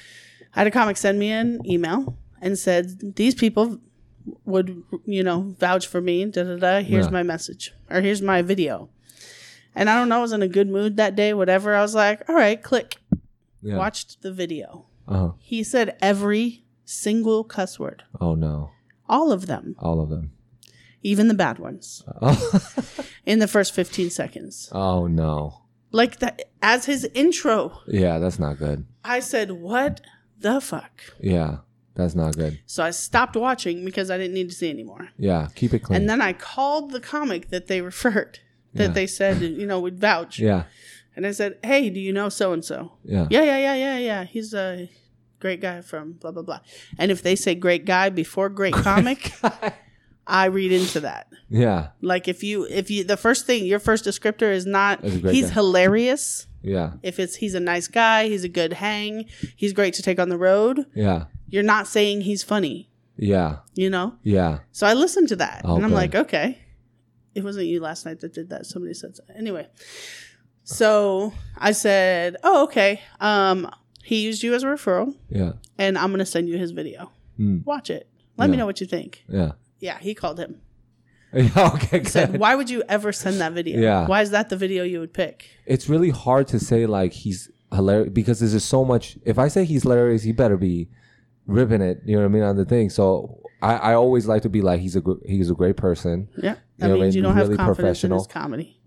Speaker 2: I had a comic send me an email and said these people would you know vouch for me. Da da da. Here's
Speaker 3: Yeah.
Speaker 2: my message or here's my video. And I don't know. I was in a good mood that day. Whatever. I was like, all right, click.
Speaker 3: yeah.
Speaker 2: Watched the video.
Speaker 3: Uh-huh.
Speaker 2: He said every single cuss word.
Speaker 3: Oh no,
Speaker 2: all of them,
Speaker 3: all of them.
Speaker 2: even the bad ones,
Speaker 3: Oh,
Speaker 2: in the first 15 seconds.
Speaker 3: oh no.
Speaker 2: Like that, as his intro,
Speaker 3: Yeah, that's not good.
Speaker 2: I said, What the fuck?
Speaker 3: Yeah, that's not good.
Speaker 2: So I stopped watching because I didn't need to see anymore.
Speaker 3: Yeah, keep it clean.
Speaker 2: And then I called the comic that they referred, that
Speaker 3: Yeah.
Speaker 2: they said, you know, would vouch.
Speaker 3: yeah,
Speaker 2: And I said, Hey, do you know so and so?
Speaker 3: yeah,
Speaker 2: Yeah, yeah, yeah, yeah, yeah. He's a great guy from blah, blah, blah. And if they say great guy before great comic, I read into that.
Speaker 3: yeah,
Speaker 2: Like if you if you the first thing your first descriptor is not
Speaker 3: That's a great
Speaker 2: he's
Speaker 3: guy.
Speaker 2: hilarious.
Speaker 3: yeah,
Speaker 2: If it's he's a nice guy, he's a good hang, he's great to take on the road.
Speaker 3: yeah.
Speaker 2: You're not saying he's funny.
Speaker 3: Yeah.
Speaker 2: you know?
Speaker 3: Yeah.
Speaker 2: So I listened to that and I'm
Speaker 3: Okay.
Speaker 2: like, okay, it wasn't you last night that did that. Somebody said so. Anyway, so I said, oh, okay. Um, he used you as a referral
Speaker 3: Yeah.
Speaker 2: and I'm going to send you his video.
Speaker 3: Mm.
Speaker 2: Watch it. Let me
Speaker 3: Yeah.
Speaker 2: know what you think.
Speaker 3: Yeah.
Speaker 2: Yeah, he called him.
Speaker 3: Yeah. Okay.
Speaker 2: Said,
Speaker 3: good.
Speaker 2: why would you ever send that video?
Speaker 3: Yeah.
Speaker 2: Why is that the video you would pick?
Speaker 3: it's really hard to say like he's hilarious because there's just so much. If I say he's hilarious, he better be ripping it. You know what I mean on the thing. So I, I always like to be like he's a gr- he's a great person.
Speaker 2: Yeah.
Speaker 3: You
Speaker 2: That
Speaker 3: know,
Speaker 2: means
Speaker 3: and
Speaker 2: you don't
Speaker 3: really
Speaker 2: have confidence in
Speaker 3: professional.
Speaker 2: his comedy.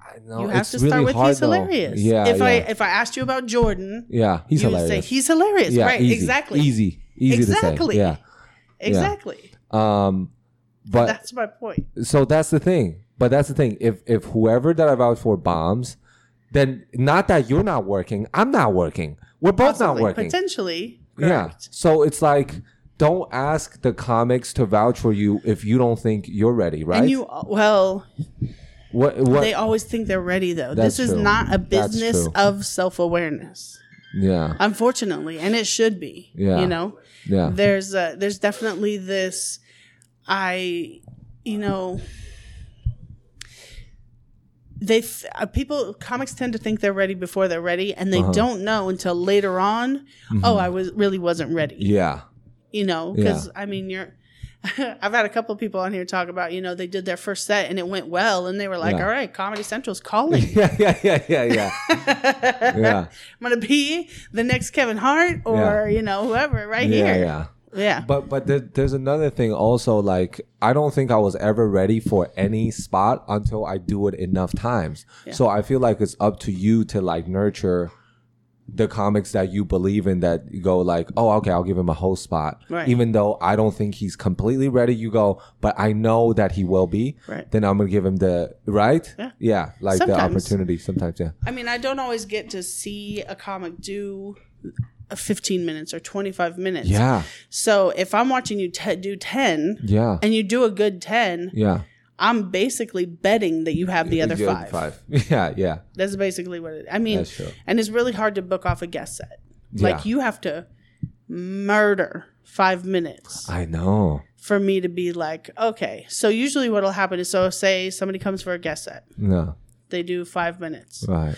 Speaker 3: I know
Speaker 2: You have
Speaker 3: it's
Speaker 2: to
Speaker 3: really
Speaker 2: start with
Speaker 3: hard
Speaker 2: he's
Speaker 3: though.
Speaker 2: hilarious.
Speaker 3: Yeah.
Speaker 2: if
Speaker 3: yeah.
Speaker 2: I if I asked you about Jordan,
Speaker 3: yeah, he's
Speaker 2: you would
Speaker 3: hilarious.
Speaker 2: say he's hilarious.
Speaker 3: yeah,
Speaker 2: right.
Speaker 3: easy,
Speaker 2: exactly.
Speaker 3: Easy. Easy
Speaker 2: Exactly.
Speaker 3: to say.
Speaker 2: Exactly.
Speaker 3: Yeah. Um, but
Speaker 2: That's my point.
Speaker 3: so that's the thing. But that's the thing. If if whoever that I vouch for bombs, then not that you're not working, I'm not working. We're both
Speaker 2: Possibly.
Speaker 3: not working.
Speaker 2: Potentially.
Speaker 3: Yeah.
Speaker 2: Correct.
Speaker 3: So it's like don't ask the comics to vouch for you if you don't think you're ready, right?
Speaker 2: And you well,
Speaker 3: what what
Speaker 2: they always think they're ready though.
Speaker 3: That's
Speaker 2: this is
Speaker 3: true.
Speaker 2: not a
Speaker 3: That's
Speaker 2: business
Speaker 3: true.
Speaker 2: of self awareness.
Speaker 3: Yeah.
Speaker 2: Unfortunately, and it should be.
Speaker 3: Yeah.
Speaker 2: You know?
Speaker 3: Yeah.
Speaker 2: There's uh there's definitely this I you know they th- uh, people comics tend to think they're ready before they're ready and they
Speaker 3: Uh-huh. Mm-hmm.
Speaker 2: don't know until later on oh i was really wasn't ready
Speaker 3: Yeah.
Speaker 2: you know because i mean you're i've had a couple people on here talk about you know they did their first set and it went well and they were like
Speaker 3: Yeah.
Speaker 2: all right comedy central's calling
Speaker 3: Yeah, yeah, yeah, yeah, yeah. Yeah.
Speaker 2: i'm gonna be the next kevin hart or you know whoever right
Speaker 3: Yeah,
Speaker 2: here
Speaker 3: yeah.
Speaker 2: yeah
Speaker 3: But but there, there's another thing also like I don't think I was ever ready for any spot until I do it enough times. So I feel like it's up to you to like nurture the comics that you believe in that you go like, oh okay, I'll give him a whole spot,
Speaker 2: Right.
Speaker 3: even though I don't think he's completely ready. You go, but I know that he will be.
Speaker 2: Right.
Speaker 3: Then I'm gonna give him the right.
Speaker 2: Yeah.
Speaker 3: like the
Speaker 2: Sometimes.
Speaker 3: opportunity sometimes. Yeah.
Speaker 2: i mean i don't always get to see a comic do uh, 15 minutes or 25 minutes
Speaker 3: Yeah.
Speaker 2: so if i'm watching you te- do 10
Speaker 3: Yeah.
Speaker 2: and you do a good 10
Speaker 3: Yeah.
Speaker 2: i'm basically betting that you have the other
Speaker 3: Yeah,
Speaker 2: five
Speaker 3: Yeah. Yeah.
Speaker 2: That's basically what it. I mean,
Speaker 3: That's true.
Speaker 2: and it's really hard to book off a guest set.
Speaker 3: Yeah.
Speaker 2: Like you have to murder five minutes
Speaker 3: I know.
Speaker 2: for me to be like, okay. So usually what'll happen is, so say somebody comes for a guest set,
Speaker 3: No.
Speaker 2: they do five minutes,
Speaker 3: Right.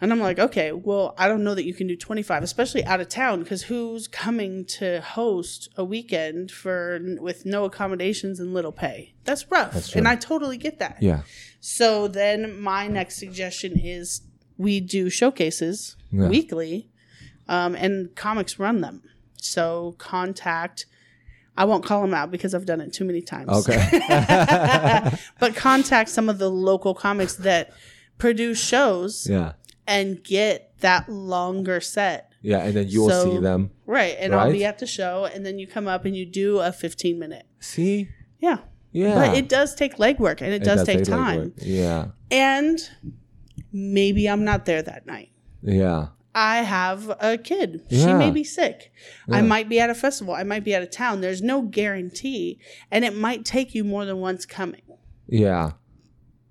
Speaker 2: and I'm like, okay, well, I don't know that you can do 25, especially out of town, because who's coming to host a weekend for with no accommodations and little pay? That's rough,
Speaker 3: That's
Speaker 2: and
Speaker 3: true.
Speaker 2: I totally get that.
Speaker 3: Yeah.
Speaker 2: So then my next suggestion is we do showcases
Speaker 3: Yeah.
Speaker 2: weekly, um, and comics run them. So contact. I won't call them out because I've done it too many times.
Speaker 3: Okay.
Speaker 2: but contact some of the local comics that produce shows
Speaker 3: yeah.
Speaker 2: and get that longer set.
Speaker 3: Yeah. And then you'll
Speaker 2: So-
Speaker 3: see them.
Speaker 2: Right. And I'll
Speaker 3: Right.
Speaker 2: be at the show and then you come up and you do a 15 minute.
Speaker 3: See?
Speaker 2: Yeah.
Speaker 3: Yeah.
Speaker 2: But it does take legwork and it, does, take, time.
Speaker 3: legwork. Yeah.
Speaker 2: And maybe I'm not there that night.
Speaker 3: Yeah.
Speaker 2: I have a kid. She
Speaker 3: Yeah.
Speaker 2: may be sick. I
Speaker 3: Yeah.
Speaker 2: might be at a festival. I might be out of town. There's no guarantee. And it might take you more than once coming.
Speaker 3: Yeah.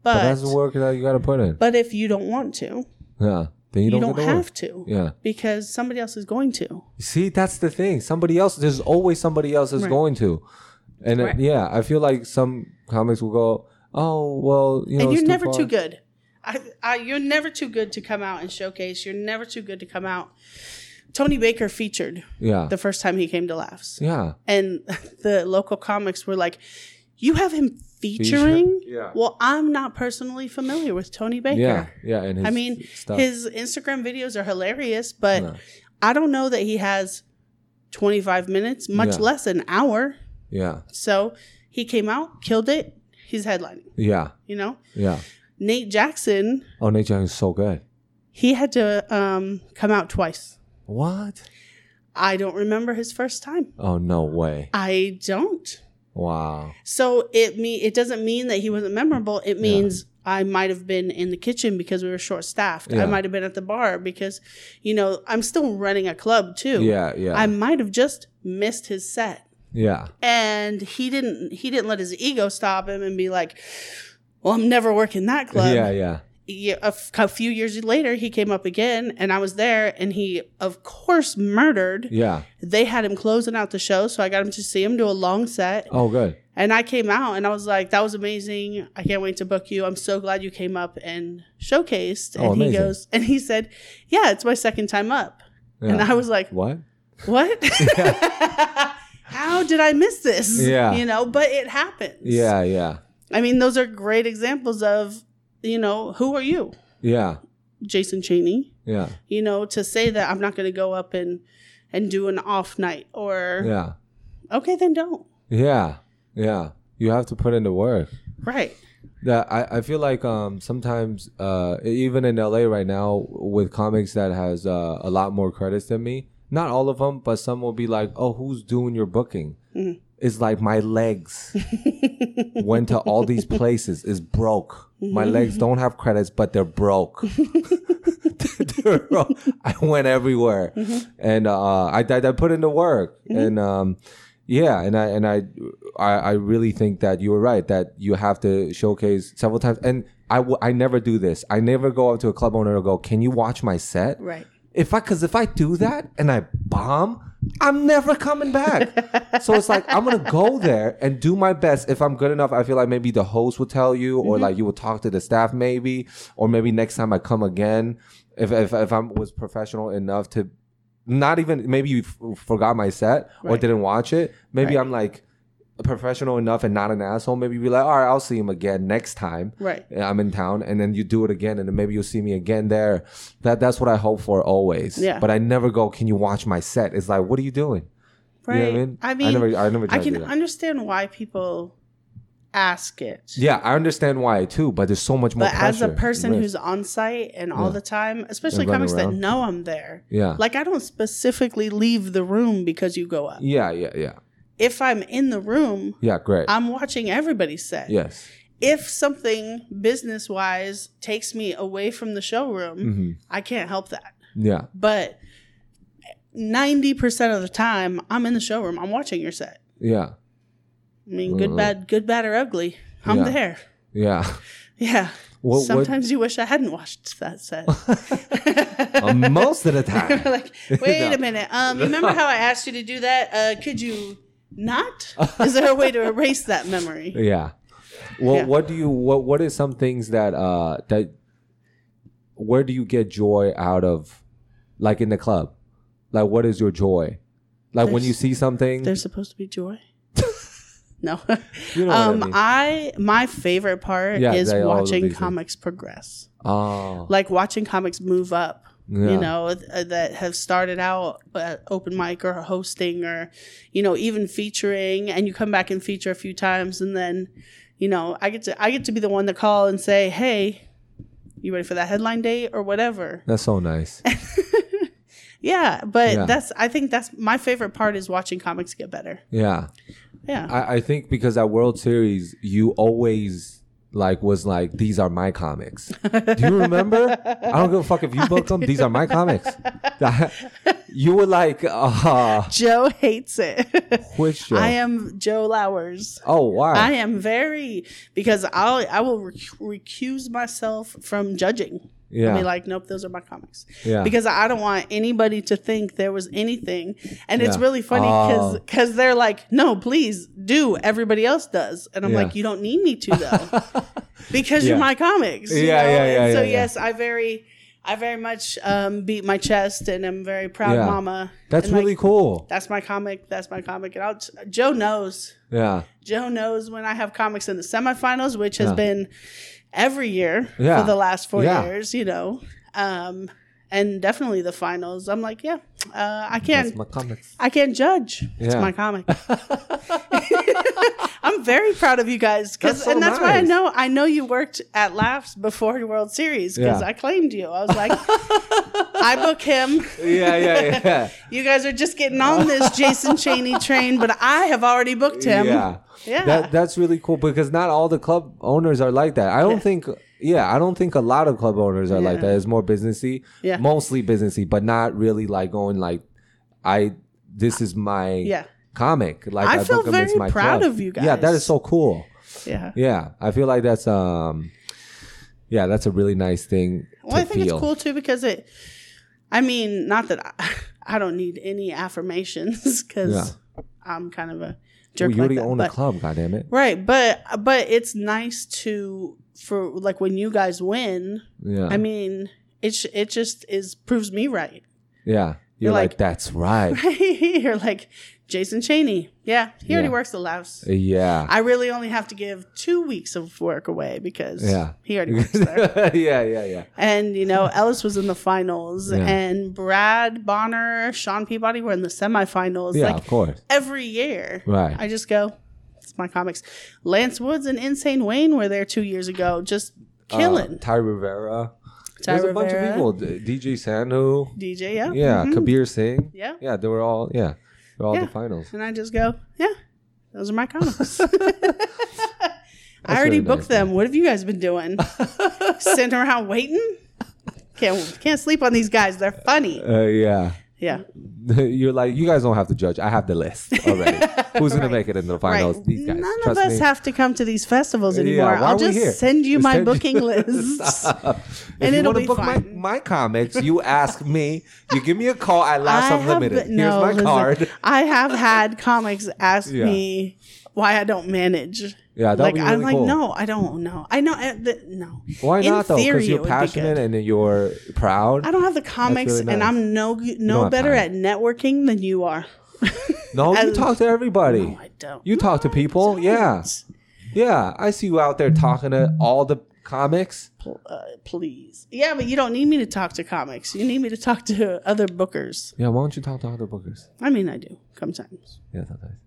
Speaker 3: But,
Speaker 2: But
Speaker 3: that's the work that you got to put in.
Speaker 2: but if you don't want to,
Speaker 3: yeah. Then you
Speaker 2: you
Speaker 3: don't,
Speaker 2: don't,
Speaker 3: get the
Speaker 2: have
Speaker 3: work.
Speaker 2: to.
Speaker 3: Yeah.
Speaker 2: Because somebody else is going to.
Speaker 3: See, that's the thing. Somebody else, there's always somebody else that's
Speaker 2: Right.
Speaker 3: going to. And uh,
Speaker 2: Right.
Speaker 3: yeah, I feel like some comics will go, oh, well, you know.
Speaker 2: and
Speaker 3: it's
Speaker 2: you're never
Speaker 3: far."
Speaker 2: too good. I, I, you're never too good to come out and showcase. You're never too good to come out. Tony Baker featured
Speaker 3: Yeah.
Speaker 2: the first time he came to Laughs.
Speaker 3: yeah.
Speaker 2: and the local comics were like, "You have him featuring."
Speaker 3: Yeah.
Speaker 2: Well, I'm not personally familiar with Tony Baker.
Speaker 3: Yeah. Yeah. And his
Speaker 2: I mean,
Speaker 3: stuff.
Speaker 2: his uh, Instagram videos are hilarious, but
Speaker 3: No.
Speaker 2: I don't know that he has 25 minutes, much
Speaker 3: Yeah.
Speaker 2: less an hour.
Speaker 3: Yeah.
Speaker 2: So he came out, killed it. He's headlining.
Speaker 3: Yeah.
Speaker 2: You know,
Speaker 3: Yeah.
Speaker 2: Nate Jackson.
Speaker 3: Oh, Nate Young is so good.
Speaker 2: He had to um, come out twice.
Speaker 3: What?
Speaker 2: I don't remember his first time.
Speaker 3: Oh, no way.
Speaker 2: I don't.
Speaker 3: Wow.
Speaker 2: So it me it doesn't mean that he wasn't memorable. It means I might have been in the kitchen because we were short staffed. I
Speaker 3: Yeah.
Speaker 2: might have been at the bar because, you know, I'm still running a club too.
Speaker 3: Yeah. Yeah.
Speaker 2: I might have just missed his set.
Speaker 3: yeah.
Speaker 2: And he didn't he didn't let his ego stop him and be like, Well, I'm never working that club.
Speaker 3: Yeah, yeah.
Speaker 2: ye- a, f- a few years later, he came up again, and I was there, and he, of course, murdered.
Speaker 3: Yeah.
Speaker 2: They had him closing out the show, so I got him to see him do a long set.
Speaker 3: Oh, good.
Speaker 2: And I came out and I was like, that was amazing. I can't wait to book you. I'm so glad you came up and showcased.
Speaker 3: Oh,
Speaker 2: and he
Speaker 3: amazing.
Speaker 2: goes, and he said, yeah, it's my second time up. And
Speaker 3: Yeah.
Speaker 2: I was like,
Speaker 3: What?
Speaker 2: what? How did I miss this?
Speaker 3: Yeah.
Speaker 2: You know, but it happens.
Speaker 3: Yeah, yeah,
Speaker 2: I mean, those are great examples of, you know, who are you?
Speaker 3: yeah,
Speaker 2: Jason Cheney.
Speaker 3: yeah,
Speaker 2: You know, to say that I'm not going to go up and, and do an off night or,
Speaker 3: yeah,
Speaker 2: okay, then don't.
Speaker 3: yeah, yeah. You have to put in the work.
Speaker 2: Right.
Speaker 3: that I, I feel like um sometimes uh even in LA right now with comics that has uh, a lot more credits than me not all of them but some will be like oh who's doing your booking it's like my legs went to all these places is broke my legs don't have credits but they're broke They're broke. I went everywhere and uh I, I I put in the work and um yeah, and I and I, I I really think that you were right that you have to showcase several times. And I w- I never do this. I never go up to a club owner and go, "Can you watch my set?"
Speaker 2: Right.
Speaker 3: If I because if I do that and I bomb, I'm never coming back. so it's like I'm gonna go there and do my best. If I'm good enough, I feel like maybe the host will tell you,
Speaker 2: Mm-hmm.
Speaker 3: or like you will talk to the staff maybe, or maybe next time I come again. If if if I was professional enough to not even maybe you f- forgot my set or
Speaker 2: Right.
Speaker 3: didn't watch it. Maybe
Speaker 2: Right.
Speaker 3: I'm like professional enough and not an asshole. Maybe be like, all right, I'll see him again next time.
Speaker 2: Right.
Speaker 3: uh, I'm in town, and then you do it again, and then maybe you'll see me again there. That that's what I hope for always.
Speaker 2: Yeah.
Speaker 3: But I never go. Can you watch my set? It's like, what are you doing?
Speaker 2: Right.
Speaker 3: You know what I mean?
Speaker 2: I
Speaker 3: I
Speaker 2: mean,
Speaker 3: never- I never try to
Speaker 2: can
Speaker 3: do that.
Speaker 2: understand why people ask it.
Speaker 3: Yeah, I understand why too, but there's so much more
Speaker 2: But as
Speaker 3: pressure.
Speaker 2: a person
Speaker 3: Right.
Speaker 2: who's on site and all
Speaker 3: Yeah.
Speaker 2: the time, especially
Speaker 3: And running
Speaker 2: comics that
Speaker 3: around.
Speaker 2: know I'm there,
Speaker 3: yeah,
Speaker 2: like I don't specifically leave the room because you go up.
Speaker 3: yeah, yeah, yeah,
Speaker 2: If I'm in the room,
Speaker 3: yeah, great.
Speaker 2: I'm watching everybody set.
Speaker 3: yes.
Speaker 2: If something business wise takes me away from the showroom,
Speaker 3: hmm
Speaker 2: I can't help that.
Speaker 3: Yeah.
Speaker 2: But 90% of the time, I'm in the showroom, I'm watching your set.
Speaker 3: Yeah.
Speaker 2: I mean, good,
Speaker 3: Mhm.
Speaker 2: bad, good, bad, or ugly, I'm
Speaker 3: Yeah.
Speaker 2: there.
Speaker 3: Yeah.
Speaker 2: Yeah.
Speaker 3: What,
Speaker 2: Sometimes you wish I hadn't watched that set.
Speaker 3: what, most of the time.
Speaker 2: We're like, wait
Speaker 3: No.
Speaker 2: a minute. Um, remember how I asked you to do that? Uh, could you not? Is there a way to erase that memory?
Speaker 3: Yeah. Well,
Speaker 2: Yeah.
Speaker 3: what do you what what are some things that uh that where do you get joy out of like in the club? Like what is your joy? Like when
Speaker 2: There's-
Speaker 3: you see something,
Speaker 2: There's supposed to be joy. No.
Speaker 3: you know
Speaker 2: um,
Speaker 3: what
Speaker 2: I
Speaker 3: I mean.
Speaker 2: my favorite part
Speaker 3: Yeah,
Speaker 2: is
Speaker 3: they all
Speaker 2: watching
Speaker 3: release it.
Speaker 2: comics progress,
Speaker 3: oh,
Speaker 2: like watching comics move up.
Speaker 3: yeah.
Speaker 2: You know th- uh, that have started out at open mic or hosting or, you know, even featuring, and you come back and feature a few times, and then, you know, I get to I get to be the one to call and say, hey, you ready for that headline date or whatever.
Speaker 3: That's so nice.
Speaker 2: Yeah, but
Speaker 3: Yeah.
Speaker 2: that's I think that's my favorite part is watching comics get better.
Speaker 3: yeah.
Speaker 2: Yeah.
Speaker 3: I, I think because at World Series, you always like was like, these are my comics. do you remember? I don't give a fuck if you booked them. These are my comics. you were like, uh,
Speaker 2: Joe hates it.
Speaker 3: which show?
Speaker 2: I am Joe Lowers.
Speaker 3: oh, wow.
Speaker 2: I am very because I'll I will rec- recuse myself from judging.
Speaker 3: yeah.
Speaker 2: I'll be like, nope, those are my comics.
Speaker 3: Yeah.
Speaker 2: Because I don't want anybody to think there was anything. And it's
Speaker 3: Yeah.
Speaker 2: really funny because
Speaker 3: Oh.
Speaker 2: they're like, no, please do. Everybody else does. And I'm
Speaker 3: Yeah.
Speaker 2: like, you don't need me to though, because you're
Speaker 3: Yeah.
Speaker 2: my comics. you
Speaker 3: Yeah,
Speaker 2: know?
Speaker 3: yeah, yeah,
Speaker 2: And so
Speaker 3: yeah, yeah.
Speaker 2: yes, I very, I very much um, beat my chest, and I'm very proud
Speaker 3: Yeah.
Speaker 2: mama.
Speaker 3: That's
Speaker 2: And, like,
Speaker 3: really cool.
Speaker 2: that's my comic. That's my comic. And I'll t- Joe knows.
Speaker 3: Yeah.
Speaker 2: Joe knows when I have comics in the semifinals, which has
Speaker 3: Yeah.
Speaker 2: been every year
Speaker 3: Yeah.
Speaker 2: for the last four
Speaker 3: Yeah.
Speaker 2: years, you know, um, and definitely the finals. I'm like, yeah, uh, I can't,
Speaker 3: That's my comics.
Speaker 2: I can't judge. It's
Speaker 3: Yeah.
Speaker 2: my comic. I'm very proud of you guys, 'cause-
Speaker 3: That's so
Speaker 2: and that's why I
Speaker 3: nice.
Speaker 2: know I know you worked at Laughs before World Series because
Speaker 3: Yeah.
Speaker 2: I claimed you. I was like, I book him.
Speaker 3: Yeah, yeah, yeah.
Speaker 2: You guys are just getting on this Jason Cheney train, but I have already booked him.
Speaker 3: Yeah.
Speaker 2: Yeah.
Speaker 3: That that's really cool because not all the club owners are like that. I don't think yeah, I don't think a lot of club owners are like
Speaker 2: Yeah.
Speaker 3: that. It's more businessy.
Speaker 2: Yeah.
Speaker 3: Mostly businessy, but not really like going like I this is my
Speaker 2: Yeah.
Speaker 3: comic. Like
Speaker 2: I feel
Speaker 3: book 'em, it's
Speaker 2: very
Speaker 3: my
Speaker 2: proud
Speaker 3: club.
Speaker 2: of you
Speaker 3: Yeah, that
Speaker 2: guys.
Speaker 3: is so cool.
Speaker 2: Yeah.
Speaker 3: Yeah. I feel like that's um yeah, that's a really nice thing.
Speaker 2: Well,
Speaker 3: to
Speaker 2: I think
Speaker 3: feel.
Speaker 2: it's cool too because it. I mean, not that I, I don't need any affirmations because I'm kind of a jerk.
Speaker 3: Well, you
Speaker 2: like
Speaker 3: already
Speaker 2: that,
Speaker 3: own a
Speaker 2: but-
Speaker 3: club, goddammit.
Speaker 2: right? But but it's nice to for like when you guys win.
Speaker 3: Yeah.
Speaker 2: I mean, it's it just is proves me right.
Speaker 3: yeah. You're like,
Speaker 2: like-
Speaker 3: that's right.
Speaker 2: You're like Jason Cheney. Yeah, he already
Speaker 3: Yeah.
Speaker 2: works the laughs.
Speaker 3: Yeah.
Speaker 2: I really only have to give two weeks of work away because
Speaker 3: Yeah.
Speaker 2: he already works there.
Speaker 3: yeah, yeah, yeah.
Speaker 2: And you know, Ellis was in the finals,
Speaker 3: Yeah.
Speaker 2: and Brad Bonner, Sean Peabody were in the semifinals.
Speaker 3: Yeah,
Speaker 2: like
Speaker 3: of course.
Speaker 2: every year,
Speaker 3: Right.
Speaker 2: I just go, it's my comics. Lance Woods and Insane Wayne were there two years ago, just
Speaker 3: Uh,
Speaker 2: killing.
Speaker 3: Ty Rivera.
Speaker 2: Ty
Speaker 3: There's a bunch of
Speaker 2: Rivera.
Speaker 3: people. D- DJ Sanu.
Speaker 2: DJ, yeah,
Speaker 3: Yeah.
Speaker 2: mhm.
Speaker 3: Kabir Singh.
Speaker 2: Yeah.
Speaker 3: Yeah, they were all, yeah. They're all
Speaker 2: Yeah.
Speaker 3: the finals.
Speaker 2: and I just go, yeah, those are my comics. I
Speaker 3: That's
Speaker 2: already
Speaker 3: really
Speaker 2: booked
Speaker 3: nice,
Speaker 2: them. What have you guys been doing? Sitting around waiting? Can't can't sleep on these guys. They're funny.
Speaker 3: Uh, yeah.
Speaker 2: Yeah.
Speaker 3: You're like, you guys don't have to judge. I have the list already. Who's going to make it in the finals? These guys.
Speaker 2: None of
Speaker 3: Trust
Speaker 2: us
Speaker 3: me.
Speaker 2: have to come to these festivals
Speaker 3: Yeah,
Speaker 2: anymore.
Speaker 3: why
Speaker 2: I'll
Speaker 3: are we
Speaker 2: just
Speaker 3: here?
Speaker 2: send you my
Speaker 3: Send you-
Speaker 2: booking list.
Speaker 3: Uh, If
Speaker 2: And
Speaker 3: you
Speaker 2: it'll
Speaker 3: wanna
Speaker 2: be
Speaker 3: book
Speaker 2: fine.
Speaker 3: My, my comics, you ask me. You give me a call at Laughs Unlimited.
Speaker 2: been-
Speaker 3: Here's my
Speaker 2: listen,
Speaker 3: card.
Speaker 2: I have had comics ask
Speaker 3: Yeah.
Speaker 2: me why I don't manage.
Speaker 3: Yeah, that'd
Speaker 2: like
Speaker 3: be
Speaker 2: I'm
Speaker 3: really
Speaker 2: like, no,
Speaker 3: cool.
Speaker 2: I don't know. I know I, th- no.
Speaker 3: Why
Speaker 2: In
Speaker 3: not though?
Speaker 2: theory,
Speaker 3: Because
Speaker 2: it
Speaker 3: you're
Speaker 2: would be
Speaker 3: passionate
Speaker 2: good.
Speaker 3: and then you're proud.
Speaker 2: I don't have the comics,
Speaker 3: really
Speaker 2: and
Speaker 3: nice.
Speaker 2: I'm no g-
Speaker 3: don't
Speaker 2: no
Speaker 3: have
Speaker 2: better at
Speaker 3: time.
Speaker 2: networking than you are.
Speaker 3: no, you
Speaker 2: as-
Speaker 3: talk to everybody.
Speaker 2: No, I don't.
Speaker 3: You talk to
Speaker 2: No, I
Speaker 3: people.
Speaker 2: don't.
Speaker 3: Yeah, yeah. I see you out there talking to all the comics.
Speaker 2: Pl- uh, please. Yeah, but you don't need me to talk to comics. You need me to talk to other bookers.
Speaker 3: Yeah, why don't you talk to other bookers?
Speaker 2: I mean, I do sometimes.
Speaker 3: Yeah, sometimes.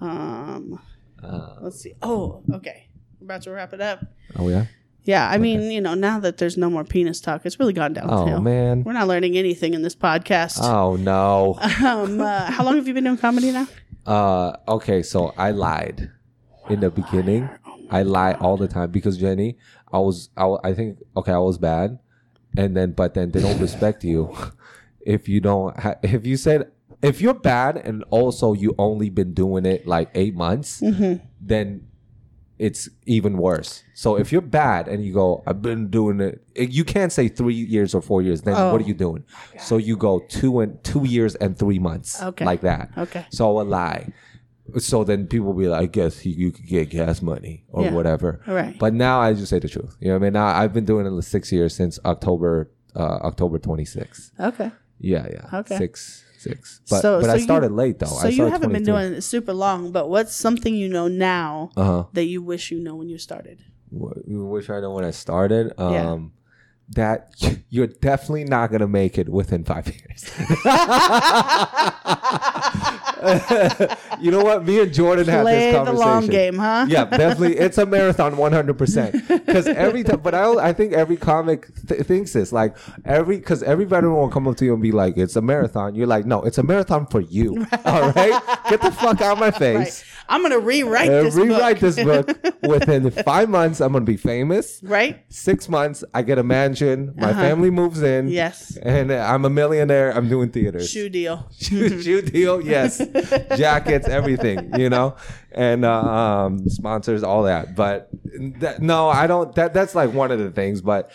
Speaker 2: Um,
Speaker 3: Uh,
Speaker 2: let's see. Oh, okay. We're about to wrap it up.
Speaker 3: oh yeah.
Speaker 2: Yeah, I mean, you know, now that there's no more penis talk, it's really gone downhill.
Speaker 3: Oh man.
Speaker 2: We're not learning anything in this podcast.
Speaker 3: Oh no.
Speaker 2: Um, uh, how long have you been doing comedy now?
Speaker 3: Uh, okay, so I lied in the beginning. I lie all the time because Jenny, I was, I, wa- I think, okay, I was bad, and then, but then they don't respect you if you don't. Ha- if you said if you're bad and also you only been doing it like eight months,
Speaker 2: Mm-hmm.
Speaker 3: then it's even worse. So if you're bad and you go, I've been doing it, eh, you can't say three years or four years. Then
Speaker 2: Oh.
Speaker 3: what are you doing? So you go two and two years and three months,
Speaker 2: Okay.
Speaker 3: like that.
Speaker 2: Okay.
Speaker 3: So a lie. So then people be like, I guess he, you could get gas money or
Speaker 2: Yeah.
Speaker 3: whatever.
Speaker 2: All right.
Speaker 3: But now I just say the truth. You know what I mean? Now I've been doing it like six years since October uh, October 26th.
Speaker 2: Okay.
Speaker 3: Yeah, yeah.
Speaker 2: Okay.
Speaker 3: Six, six. But
Speaker 2: So-
Speaker 3: but
Speaker 2: so
Speaker 3: I
Speaker 2: you-
Speaker 3: started late though.
Speaker 2: so
Speaker 3: Oh, I
Speaker 2: you
Speaker 3: started
Speaker 2: haven't been
Speaker 3: 22.
Speaker 2: doing it super long, but what's something you know now
Speaker 3: Uh-huh.
Speaker 2: that you wish you know when you started?
Speaker 3: Wh- Which I know when I started. Um,
Speaker 2: Yeah.
Speaker 3: That you're definitely not gonna make it within five years. you know what? Me and Jordan had
Speaker 2: Play
Speaker 3: this
Speaker 2: the
Speaker 3: conversation.
Speaker 2: long game, huh?
Speaker 3: yeah, definitely. It's a marathon, one hundred percent. Because every time, but I, al- I think every comic th- thinks this. Like every, because every veteran will come up to you and be like, "It's a marathon." You're like, "No, it's a marathon for you." All right, get the fuck out of my face.
Speaker 2: Right. I'm gonna rewrite
Speaker 3: Uh,
Speaker 2: this
Speaker 3: rewrite
Speaker 2: book.
Speaker 3: this book within five months. I'm gonna be famous.
Speaker 2: right?
Speaker 3: Six months, I get a mansion. My family moves in.
Speaker 2: Uh-huh. Yes.
Speaker 3: and I'm a millionaire. I'm doing theaters.
Speaker 2: Shoe deal.
Speaker 3: Shoe, shoe deal, yes, jackets, everything, you know, and uh, um, sponsors, all that. But that, no, I don't. That that's like one of the things. But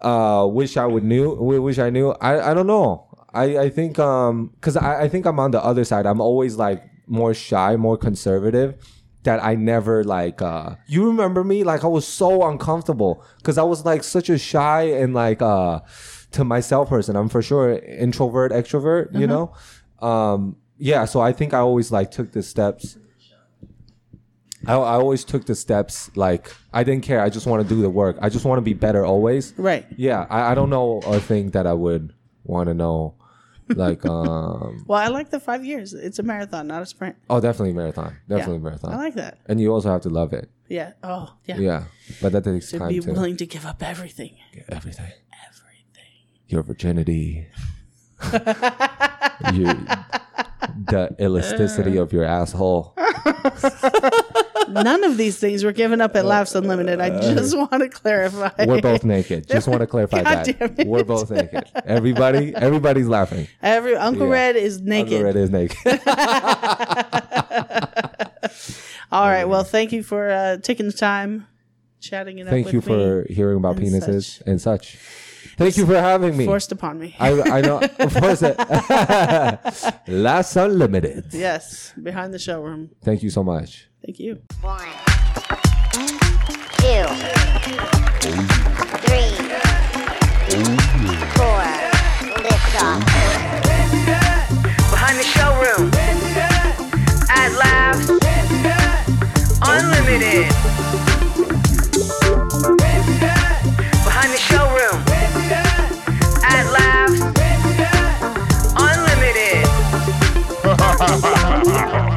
Speaker 3: uh, wish I would knew. w- Wish I knew. I, I don't know. I I think um because I I think I'm on the other side. I'm always like more shy, more conservative. That I never like. uh You remember me? Like I was so uncomfortable because I was like such a shy and like uh to myself person. I'm for sure introvert, extrovert. You know. Um. Yeah. So I think I always like took the steps. I, I always took the steps like I didn't care. I just want to do the work. I just want to be better always.
Speaker 2: Right.
Speaker 3: Yeah, I, I don't know a thing that I would want to know. Like, um,
Speaker 2: Well, I like the five years. It's a marathon, not a sprint.
Speaker 3: oh, definitely marathon,
Speaker 2: Yeah.
Speaker 3: definitely marathon.
Speaker 2: I like that.
Speaker 3: and you also have to love it.
Speaker 2: Yeah. Oh, yeah.
Speaker 3: Oh. Yeah, but that takes
Speaker 2: To
Speaker 3: time
Speaker 2: be
Speaker 3: to
Speaker 2: willing to give up everything.
Speaker 3: everything.
Speaker 2: Everything.
Speaker 3: Your virginity, you, the elasticity of your asshole.
Speaker 2: None of these things were given up at Laughs Unlimited. I just want to clarify.
Speaker 3: Uh, We're both naked. Just want to clarify
Speaker 2: God damn
Speaker 3: that
Speaker 2: it.
Speaker 3: we're both naked. Everybody, everybody's laughing.
Speaker 2: Every Uncle
Speaker 3: Yeah.
Speaker 2: Red is
Speaker 3: Uncle
Speaker 2: naked.
Speaker 3: Red is naked.
Speaker 2: All right. Well, thank you for uh, taking the time chatting it
Speaker 3: Thank
Speaker 2: up
Speaker 3: you
Speaker 2: with me.
Speaker 3: for hearing about
Speaker 2: and
Speaker 3: penises and such. Thank you for having me.
Speaker 2: forced upon me.
Speaker 3: I, I know. Of course. it- Last Unlimited.
Speaker 2: yes, behind the showroom.
Speaker 3: Thank you so much.
Speaker 2: Thank you.
Speaker 4: One, two, three, four. Lift off.
Speaker 1: Behind the showroom. Ad Labs. Unlimited. Behind the showroom. Ad Labs. Unlimited.